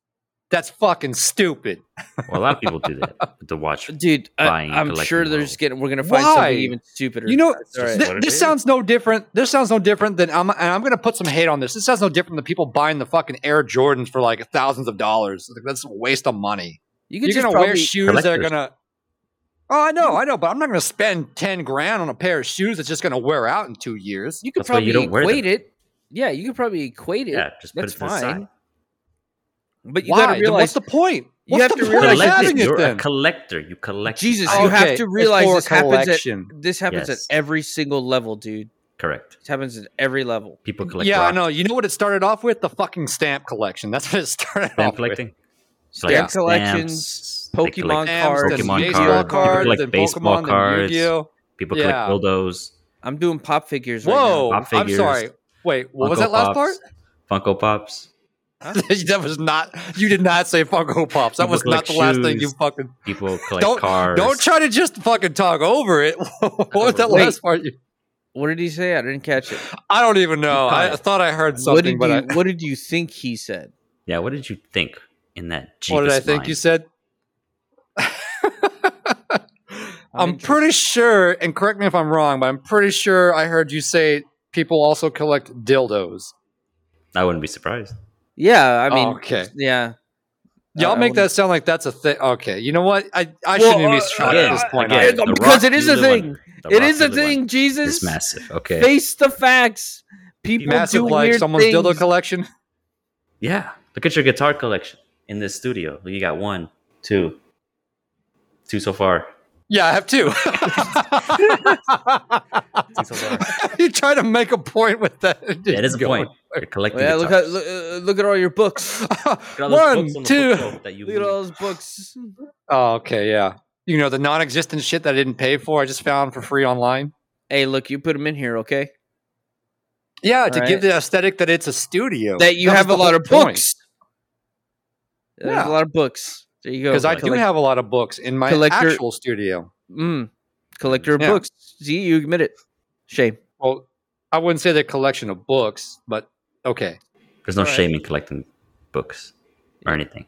[SPEAKER 1] That's fucking stupid.
[SPEAKER 2] Well, a lot of people do that with
[SPEAKER 1] *laughs*
[SPEAKER 2] the watch.
[SPEAKER 3] Dude, I,
[SPEAKER 2] Buying,
[SPEAKER 3] I'm
[SPEAKER 2] collecting
[SPEAKER 3] sure there's
[SPEAKER 2] world.
[SPEAKER 3] getting we're going to find
[SPEAKER 1] Why?
[SPEAKER 3] something even stupider.
[SPEAKER 1] You know,
[SPEAKER 3] All right.
[SPEAKER 1] th-
[SPEAKER 2] what it
[SPEAKER 1] this
[SPEAKER 2] is.
[SPEAKER 1] sounds no different. This sounds no different than I'm. And I'm going to put some hate on this. This sounds no different than people buying the fucking Air Jordans for like thousands of dollars. Like, that's a waste of money.
[SPEAKER 3] you could
[SPEAKER 1] You're
[SPEAKER 3] just
[SPEAKER 1] going to
[SPEAKER 3] probably,
[SPEAKER 1] wear shoes that are
[SPEAKER 2] Collectors.
[SPEAKER 1] going to. Oh, I know, I know, but I'm not going to spend ten grand on a pair of shoes that's just going to wear out in two years.
[SPEAKER 3] You could
[SPEAKER 2] That's why
[SPEAKER 3] probably
[SPEAKER 2] you don't wear them.
[SPEAKER 3] equate it. Yeah, you could probably equate it.
[SPEAKER 2] Yeah, just put it
[SPEAKER 3] That's
[SPEAKER 2] to the side.
[SPEAKER 3] fine. But you
[SPEAKER 1] Why?
[SPEAKER 3] got to
[SPEAKER 1] Then what's
[SPEAKER 3] realize
[SPEAKER 1] the point?
[SPEAKER 3] you
[SPEAKER 1] What's
[SPEAKER 3] have
[SPEAKER 1] the
[SPEAKER 3] to
[SPEAKER 1] point of
[SPEAKER 3] realize-
[SPEAKER 1] having
[SPEAKER 2] You're
[SPEAKER 1] it
[SPEAKER 2] a
[SPEAKER 1] then?
[SPEAKER 2] collector. You collect.
[SPEAKER 3] Jesus,
[SPEAKER 2] I-
[SPEAKER 3] you have
[SPEAKER 1] Okay,
[SPEAKER 3] to
[SPEAKER 1] it's
[SPEAKER 3] realize
[SPEAKER 1] for
[SPEAKER 3] this happens at
[SPEAKER 1] collection.
[SPEAKER 3] this happens
[SPEAKER 2] Yes.
[SPEAKER 3] at every single level, dude.
[SPEAKER 2] correct.
[SPEAKER 3] This happens at every level.
[SPEAKER 2] People collect.
[SPEAKER 1] yeah, I
[SPEAKER 2] rocks.
[SPEAKER 1] know. You know what it started off with? The fucking stamp collection. That's what it started
[SPEAKER 2] Stamp
[SPEAKER 1] off with.
[SPEAKER 2] collecting.
[SPEAKER 3] Stamp
[SPEAKER 1] Yeah.
[SPEAKER 3] collections,
[SPEAKER 2] Stamps. They collect-
[SPEAKER 3] Pokemon
[SPEAKER 1] Stamps,
[SPEAKER 3] cards,
[SPEAKER 1] then
[SPEAKER 2] Pokemon
[SPEAKER 1] baseball
[SPEAKER 2] cards,
[SPEAKER 1] cards,
[SPEAKER 2] like
[SPEAKER 1] then
[SPEAKER 2] baseball
[SPEAKER 1] Pokemon, then
[SPEAKER 2] cards.
[SPEAKER 1] Yu-Gi-Oh.
[SPEAKER 2] People
[SPEAKER 1] Yeah.
[SPEAKER 2] collect dildos.
[SPEAKER 3] I'm doing pop figures. right now.
[SPEAKER 1] Whoa!
[SPEAKER 2] Pop
[SPEAKER 1] I'm
[SPEAKER 2] figures,
[SPEAKER 1] sorry. Wait, what was
[SPEAKER 2] Funko
[SPEAKER 1] that last part?
[SPEAKER 2] Pops, Funko Pops.
[SPEAKER 1] *laughs* that was not. You did not say Funko Pops. That
[SPEAKER 2] People
[SPEAKER 1] was not
[SPEAKER 2] collect
[SPEAKER 1] the last thing you
[SPEAKER 2] shoes.
[SPEAKER 1] fucking. *laughs*
[SPEAKER 2] People collect
[SPEAKER 1] Don't-
[SPEAKER 2] cars.
[SPEAKER 1] Don't try to just fucking talk over it. *laughs* what was that
[SPEAKER 3] Wait.
[SPEAKER 1] last part? You,
[SPEAKER 3] What did he say? I didn't catch it.
[SPEAKER 1] I don't even know. I
[SPEAKER 2] Cut.
[SPEAKER 1] thought I heard
[SPEAKER 3] What did
[SPEAKER 1] something,
[SPEAKER 3] you
[SPEAKER 1] but I,
[SPEAKER 3] What did you think he said?
[SPEAKER 2] yeah, what did you think in that?
[SPEAKER 1] what did I
[SPEAKER 2] Jesus
[SPEAKER 1] think
[SPEAKER 2] mind?
[SPEAKER 1] you
[SPEAKER 2] *laughs*
[SPEAKER 1] said? I'm
[SPEAKER 3] interested.
[SPEAKER 1] pretty sure, and correct me if I'm wrong, but I'm pretty sure I heard you say people also collect dildos.
[SPEAKER 2] I wouldn't be surprised.
[SPEAKER 3] Yeah, I
[SPEAKER 1] Oh,
[SPEAKER 3] mean,
[SPEAKER 1] okay.
[SPEAKER 3] yeah.
[SPEAKER 1] Y'all
[SPEAKER 3] I- I
[SPEAKER 1] make
[SPEAKER 3] wouldn't-
[SPEAKER 1] that sound like that's a thing. Okay, you know what? I, I
[SPEAKER 3] Well,
[SPEAKER 1] shouldn't even be
[SPEAKER 3] uh,
[SPEAKER 1] trying
[SPEAKER 2] again,
[SPEAKER 1] at this point.
[SPEAKER 2] again,
[SPEAKER 1] either.
[SPEAKER 2] The
[SPEAKER 3] because
[SPEAKER 2] Rock
[SPEAKER 3] it is
[SPEAKER 2] is
[SPEAKER 3] a
[SPEAKER 2] the one-
[SPEAKER 3] thing.
[SPEAKER 2] The
[SPEAKER 3] It
[SPEAKER 2] Rock
[SPEAKER 3] is a
[SPEAKER 2] the one
[SPEAKER 3] thing.
[SPEAKER 2] It's
[SPEAKER 3] Jesus,
[SPEAKER 2] massive. Okay.
[SPEAKER 3] face the facts. People
[SPEAKER 1] Massive
[SPEAKER 3] do
[SPEAKER 1] like
[SPEAKER 3] weird
[SPEAKER 1] someone's
[SPEAKER 3] things.
[SPEAKER 1] dildo collection.
[SPEAKER 2] Yeah. Look at your guitar collection in this studio. You got one, two, two so far.
[SPEAKER 1] Yeah, I have two. *laughs*
[SPEAKER 2] Two so
[SPEAKER 3] *laughs*
[SPEAKER 2] far.
[SPEAKER 1] you trying to make a point with that? *laughs*
[SPEAKER 2] yeah, it is a
[SPEAKER 1] Go
[SPEAKER 2] point. You're collecting.
[SPEAKER 3] Well, yeah, look, at,
[SPEAKER 2] guitars.
[SPEAKER 3] look, uh, look at all
[SPEAKER 1] *laughs*
[SPEAKER 3] your books.
[SPEAKER 1] on.
[SPEAKER 2] Look at all those books on
[SPEAKER 1] One,
[SPEAKER 2] the
[SPEAKER 1] two.
[SPEAKER 2] bookshelf that you
[SPEAKER 3] Look at
[SPEAKER 2] leave.
[SPEAKER 3] all those books.
[SPEAKER 1] Oh, okay, yeah. You know the non-existent shit that I didn't pay for. I just found for free online.
[SPEAKER 3] Hey, look, you put them in here, okay?
[SPEAKER 1] Yeah, to
[SPEAKER 3] All
[SPEAKER 1] give
[SPEAKER 3] right.
[SPEAKER 1] the aesthetic that it's a studio.
[SPEAKER 3] That you
[SPEAKER 1] That was
[SPEAKER 3] have a
[SPEAKER 1] the
[SPEAKER 3] lot
[SPEAKER 1] whole
[SPEAKER 3] of
[SPEAKER 1] point.
[SPEAKER 3] books. There's
[SPEAKER 1] Yeah.
[SPEAKER 3] a lot of books. There you go.
[SPEAKER 1] because I do
[SPEAKER 3] Collect-
[SPEAKER 1] have a lot of books in my
[SPEAKER 3] Collector-
[SPEAKER 1] actual studio.
[SPEAKER 3] Mm, collector of
[SPEAKER 1] Yeah.
[SPEAKER 3] books. See, you admit it. Shame.
[SPEAKER 1] Well, I wouldn't say the collection of books, but okay.
[SPEAKER 2] There's no
[SPEAKER 3] All right.
[SPEAKER 2] shame in collecting books or anything.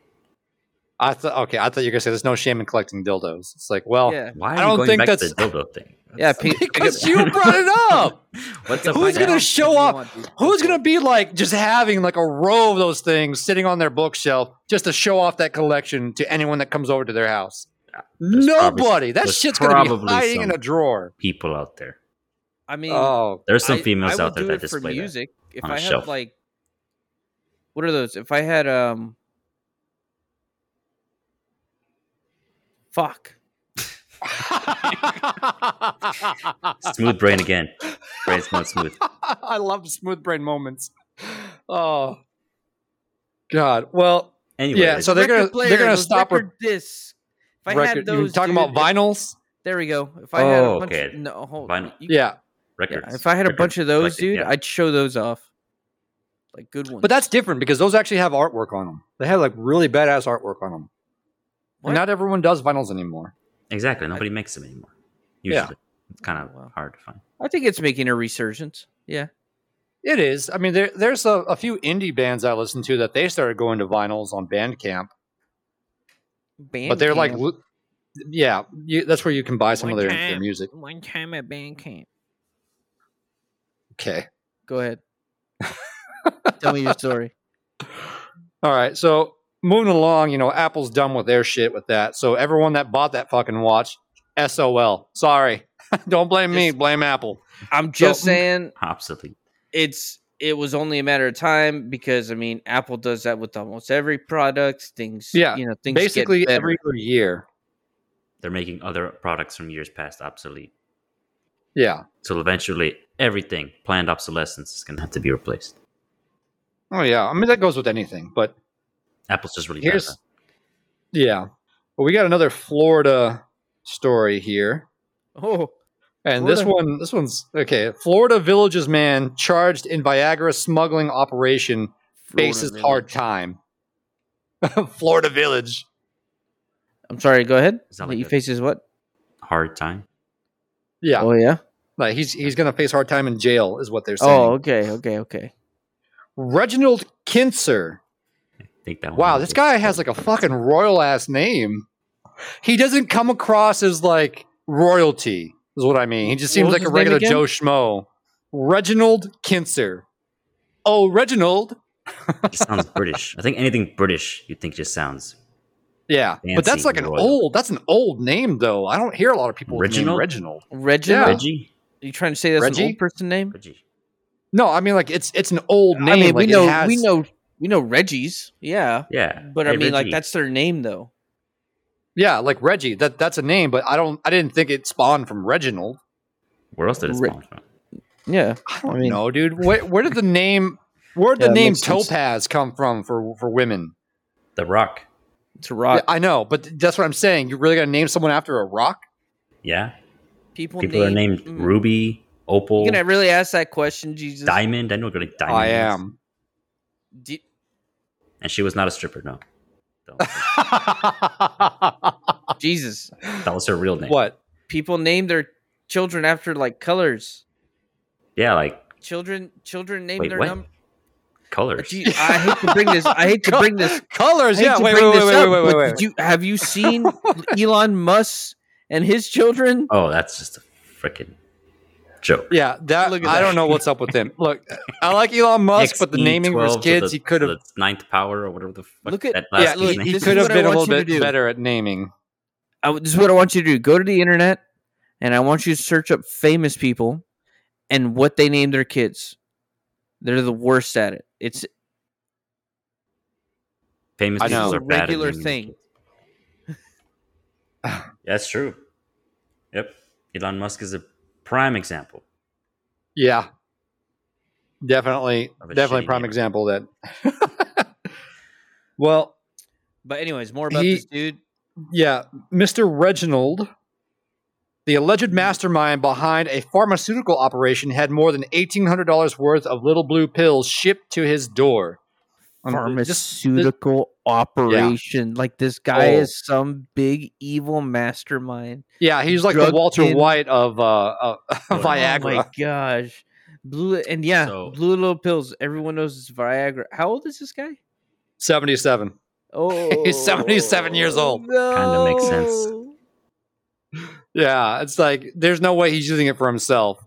[SPEAKER 1] I thought okay, I thought you were gonna say there's no shame in collecting dildos. It's like, well,
[SPEAKER 3] yeah.
[SPEAKER 2] Why
[SPEAKER 1] I
[SPEAKER 2] are
[SPEAKER 1] don't
[SPEAKER 2] you going
[SPEAKER 1] think
[SPEAKER 2] back to
[SPEAKER 1] that's-
[SPEAKER 2] the dildo thing?
[SPEAKER 3] *laughs* Yeah,
[SPEAKER 2] That's-
[SPEAKER 1] *laughs*
[SPEAKER 3] pink-
[SPEAKER 1] because you brought it up.
[SPEAKER 2] What's up?
[SPEAKER 1] Who's
[SPEAKER 2] with
[SPEAKER 1] gonna
[SPEAKER 2] that?
[SPEAKER 1] show up? Who's gonna be like just having like a row of those things sitting on their bookshelf just to show off that collection to anyone that comes over to their house?
[SPEAKER 2] There's probably-
[SPEAKER 1] Nobody. that
[SPEAKER 2] there's
[SPEAKER 1] shit's gonna be
[SPEAKER 2] probably
[SPEAKER 1] hiding in
[SPEAKER 2] some-
[SPEAKER 1] a drawer.
[SPEAKER 2] People out there.
[SPEAKER 3] I mean,
[SPEAKER 1] Oh, *laughs*
[SPEAKER 2] There's some
[SPEAKER 3] I-
[SPEAKER 2] females
[SPEAKER 3] I
[SPEAKER 2] out
[SPEAKER 3] would
[SPEAKER 2] there
[SPEAKER 3] do
[SPEAKER 2] that
[SPEAKER 3] it for
[SPEAKER 2] display that.
[SPEAKER 3] music. If
[SPEAKER 2] on a
[SPEAKER 3] I had
[SPEAKER 2] shelf.
[SPEAKER 3] like, what are those? If I had um, fuck.
[SPEAKER 2] Smooth brain again. Brain's not smooth.
[SPEAKER 3] *laughs*
[SPEAKER 1] I love smooth brain moments. Oh, God. Well,
[SPEAKER 2] Anyway,
[SPEAKER 1] Yeah, so they're
[SPEAKER 3] Record
[SPEAKER 1] gonna- they're gonna
[SPEAKER 3] those
[SPEAKER 1] stop with-
[SPEAKER 3] record disc. If I
[SPEAKER 1] record,
[SPEAKER 3] had
[SPEAKER 1] you
[SPEAKER 3] those,
[SPEAKER 1] talking
[SPEAKER 3] dude,
[SPEAKER 1] about vinyls?
[SPEAKER 3] If, there we go. If I had a
[SPEAKER 2] Oh,
[SPEAKER 3] bunch,
[SPEAKER 2] okay.
[SPEAKER 3] no, hold
[SPEAKER 2] Vinyl.
[SPEAKER 3] you-
[SPEAKER 1] Yeah,
[SPEAKER 3] yeah,
[SPEAKER 2] records.
[SPEAKER 3] If I had a
[SPEAKER 2] records
[SPEAKER 3] bunch of those,
[SPEAKER 2] collected,
[SPEAKER 3] dude,
[SPEAKER 2] yeah.
[SPEAKER 3] I'd show those off, like good ones.
[SPEAKER 1] but that's different because those actually have artwork on them. They have like really badass artwork on them.
[SPEAKER 3] What?
[SPEAKER 1] Not everyone does vinyls anymore.
[SPEAKER 2] exactly. Nobody makes them anymore.
[SPEAKER 1] Yeah.
[SPEAKER 2] Usually, it's kind of
[SPEAKER 3] Oh, wow.
[SPEAKER 2] hard to find.
[SPEAKER 3] I think it's making a resurgence. Yeah.
[SPEAKER 1] It is. I mean, there, there's a, a few indie bands I listen to that they started going to vinyls on Bandcamp,
[SPEAKER 3] Bandcamp.
[SPEAKER 1] but they're like, lu- yeah, you, that's where you can buy some of their, their
[SPEAKER 3] Bandcamp.
[SPEAKER 1] music.
[SPEAKER 3] one time at Bandcamp.
[SPEAKER 1] Okay. *laughs*
[SPEAKER 3] Go ahead. Tell me your story.
[SPEAKER 1] All right. So moving along, you know, Apple's done with their shit with that. So everyone that bought that fucking watch, SOL. Sorry. *laughs* Don't blame me.
[SPEAKER 3] Just-
[SPEAKER 1] Blame Apple.
[SPEAKER 3] I'm just
[SPEAKER 1] So-
[SPEAKER 3] saying
[SPEAKER 2] Obsolete.
[SPEAKER 3] it's it was only a matter of time because I mean Apple does that with almost every product. Things
[SPEAKER 1] Yeah,
[SPEAKER 3] you know, things
[SPEAKER 1] Basically,
[SPEAKER 3] get better.
[SPEAKER 1] every other year.
[SPEAKER 2] They're making other products from years past obsolete.
[SPEAKER 1] Yeah.
[SPEAKER 2] So eventually, everything planned obsolescence is going to have to be replaced.
[SPEAKER 1] Oh, yeah. I mean, that goes with anything. But
[SPEAKER 2] Apple's just really bad
[SPEAKER 1] here's,
[SPEAKER 2] at
[SPEAKER 1] yeah. But we got another Florida story here.
[SPEAKER 3] Oh
[SPEAKER 1] And this
[SPEAKER 3] Florida.
[SPEAKER 1] one, this one's okay. Florida Villages man charged in Viagra smuggling operation faces
[SPEAKER 3] Florida
[SPEAKER 1] hard
[SPEAKER 3] Village. *laughs*
[SPEAKER 1] time. Florida Village.
[SPEAKER 3] I'm sorry, go ahead.
[SPEAKER 2] Is that
[SPEAKER 3] he
[SPEAKER 2] like a-
[SPEAKER 3] faces what?
[SPEAKER 2] that. hard time.
[SPEAKER 1] Yeah.
[SPEAKER 3] Oh yeah.
[SPEAKER 1] Like he's he's gonna face hard time in jail, is what they're saying.
[SPEAKER 3] Oh, okay, okay, okay.
[SPEAKER 1] Reginald Kinser.
[SPEAKER 2] I think that. one
[SPEAKER 1] Wow,
[SPEAKER 2] might
[SPEAKER 1] this
[SPEAKER 2] be-
[SPEAKER 1] guy has like a fucking royal ass name. He doesn't come across as like royalty, is what I mean. He just seems
[SPEAKER 3] What was
[SPEAKER 1] like a
[SPEAKER 3] his name
[SPEAKER 1] regular
[SPEAKER 3] again?
[SPEAKER 1] Joe Schmo. Reginald Kinser. Oh, Reginald.
[SPEAKER 2] He sounds British. I think anything British, you think just sounds
[SPEAKER 1] Yeah, but that's
[SPEAKER 2] Fancy
[SPEAKER 1] like an
[SPEAKER 2] royal.
[SPEAKER 1] old. That's an old name though. I don't hear a lot of people with the name
[SPEAKER 2] Reginald?
[SPEAKER 1] Reginald.
[SPEAKER 3] Reginald?
[SPEAKER 1] Yeah.
[SPEAKER 2] Reggie.
[SPEAKER 3] You trying to say that's an
[SPEAKER 1] Reggie?
[SPEAKER 3] old person name?
[SPEAKER 2] Reggie.
[SPEAKER 1] No, I mean like it's it's an old name.
[SPEAKER 3] I mean,
[SPEAKER 1] like,
[SPEAKER 3] we
[SPEAKER 1] it
[SPEAKER 3] know
[SPEAKER 1] has-
[SPEAKER 3] we know we know Reggie's, yeah.
[SPEAKER 2] Yeah,
[SPEAKER 3] But I
[SPEAKER 2] Hey,
[SPEAKER 3] mean, like
[SPEAKER 2] Reggie.
[SPEAKER 3] that's their name though.
[SPEAKER 1] Yeah, like Reggie. That that's a name, but I don't. I didn't think it spawned from Reginald.
[SPEAKER 2] where else did it
[SPEAKER 3] Re-
[SPEAKER 2] spawn from?
[SPEAKER 3] Yeah.
[SPEAKER 1] I don't
[SPEAKER 3] I mean-
[SPEAKER 1] know, dude. Where, where did the name where did
[SPEAKER 3] Yeah,
[SPEAKER 1] the
[SPEAKER 3] it
[SPEAKER 1] name
[SPEAKER 3] makes sense.
[SPEAKER 1] Topaz come from for for women?
[SPEAKER 2] The Rock.
[SPEAKER 3] It's a rock.
[SPEAKER 1] Yeah, I know, but that's what I'm saying. You really got to name someone after a rock?
[SPEAKER 2] Yeah,
[SPEAKER 3] People,
[SPEAKER 2] people are named
[SPEAKER 3] mm,
[SPEAKER 2] Ruby, Opal,
[SPEAKER 3] You gonna really ask that question, Jesus?
[SPEAKER 2] Diamond. I know what like Diamond.
[SPEAKER 1] I
[SPEAKER 2] is.
[SPEAKER 1] am.
[SPEAKER 3] Do-
[SPEAKER 2] And she was not a stripper, no. Don't-
[SPEAKER 1] *laughs*
[SPEAKER 3] Jesus,
[SPEAKER 2] that was her real name.
[SPEAKER 1] what?
[SPEAKER 3] people name their children after like colors.
[SPEAKER 2] Yeah, like
[SPEAKER 3] Children, children name
[SPEAKER 2] Wait,
[SPEAKER 3] their
[SPEAKER 2] what?
[SPEAKER 3] number.
[SPEAKER 2] colors.
[SPEAKER 3] I hate to bring this. I hate to
[SPEAKER 1] *laughs*
[SPEAKER 3] bring this.
[SPEAKER 1] Colors.
[SPEAKER 3] I hate
[SPEAKER 1] Yeah.
[SPEAKER 3] to
[SPEAKER 1] Wait. Wait.
[SPEAKER 3] bring
[SPEAKER 1] Wait.
[SPEAKER 3] this
[SPEAKER 1] Wait.
[SPEAKER 3] up,
[SPEAKER 1] Wait. Wait.
[SPEAKER 3] but
[SPEAKER 1] wait.
[SPEAKER 3] did you-
[SPEAKER 1] *laughs*
[SPEAKER 3] have you seen Elon Musk and his children?
[SPEAKER 2] Oh, that's just a freaking joke.
[SPEAKER 1] Yeah, that,
[SPEAKER 3] Look at
[SPEAKER 1] I
[SPEAKER 3] that.
[SPEAKER 1] don't know what's up with him. Look, I like Elon Musk, but the naming of his
[SPEAKER 2] XE12 E to
[SPEAKER 1] kids,
[SPEAKER 2] the-
[SPEAKER 1] he could
[SPEAKER 2] to
[SPEAKER 1] have.
[SPEAKER 2] the ninth power or whatever the fuck.
[SPEAKER 3] Look at-
[SPEAKER 2] that
[SPEAKER 1] Yeah,
[SPEAKER 2] last
[SPEAKER 3] look,
[SPEAKER 2] kid's
[SPEAKER 1] he,
[SPEAKER 2] name
[SPEAKER 1] he
[SPEAKER 3] this is
[SPEAKER 1] could have
[SPEAKER 3] what I
[SPEAKER 1] been a
[SPEAKER 3] want
[SPEAKER 1] little
[SPEAKER 3] you to
[SPEAKER 1] bit
[SPEAKER 3] do.
[SPEAKER 1] better at naming.
[SPEAKER 3] I, this is what I want you to do. Go to the internet, and I want you to search up famous people and what they name their kids. They're the worst at it. It's
[SPEAKER 2] Famous
[SPEAKER 1] I
[SPEAKER 2] people
[SPEAKER 1] know.
[SPEAKER 2] are bad at
[SPEAKER 3] Regular
[SPEAKER 2] naming their
[SPEAKER 3] thing.
[SPEAKER 2] kids. Yeah, that's true. Yep. Elon Musk is a prime example.
[SPEAKER 1] Yeah, definitely,
[SPEAKER 2] Of a
[SPEAKER 1] definitely
[SPEAKER 2] shitty
[SPEAKER 1] prime
[SPEAKER 2] name.
[SPEAKER 1] example *laughs* of that. well,
[SPEAKER 3] but anyways, more about
[SPEAKER 1] He-
[SPEAKER 3] this dude.
[SPEAKER 1] yeah, Mr. Reginald, the alleged mastermind behind a pharmaceutical operation, had more than eighteen hundred dollars worth of little blue pills shipped to his door. Um, just-
[SPEAKER 3] Pharmaceutical operation. Like this guy
[SPEAKER 1] Oh.
[SPEAKER 3] is some big evil mastermind.
[SPEAKER 1] yeah, he's like the
[SPEAKER 3] drug
[SPEAKER 1] Walter
[SPEAKER 3] in-
[SPEAKER 1] White of uh, uh, *laughs*
[SPEAKER 2] Oh my
[SPEAKER 1] Viagra.
[SPEAKER 3] Oh my gosh. Blue and yeah,
[SPEAKER 2] So-
[SPEAKER 3] blue little pills. Everyone knows it's Viagra. How old is this guy?
[SPEAKER 1] *laughs* 77.
[SPEAKER 3] Oh,
[SPEAKER 1] 77 years old.
[SPEAKER 2] Kinda makes sense.
[SPEAKER 3] no.
[SPEAKER 1] Yeah, it's like there's no way he's using it for himself.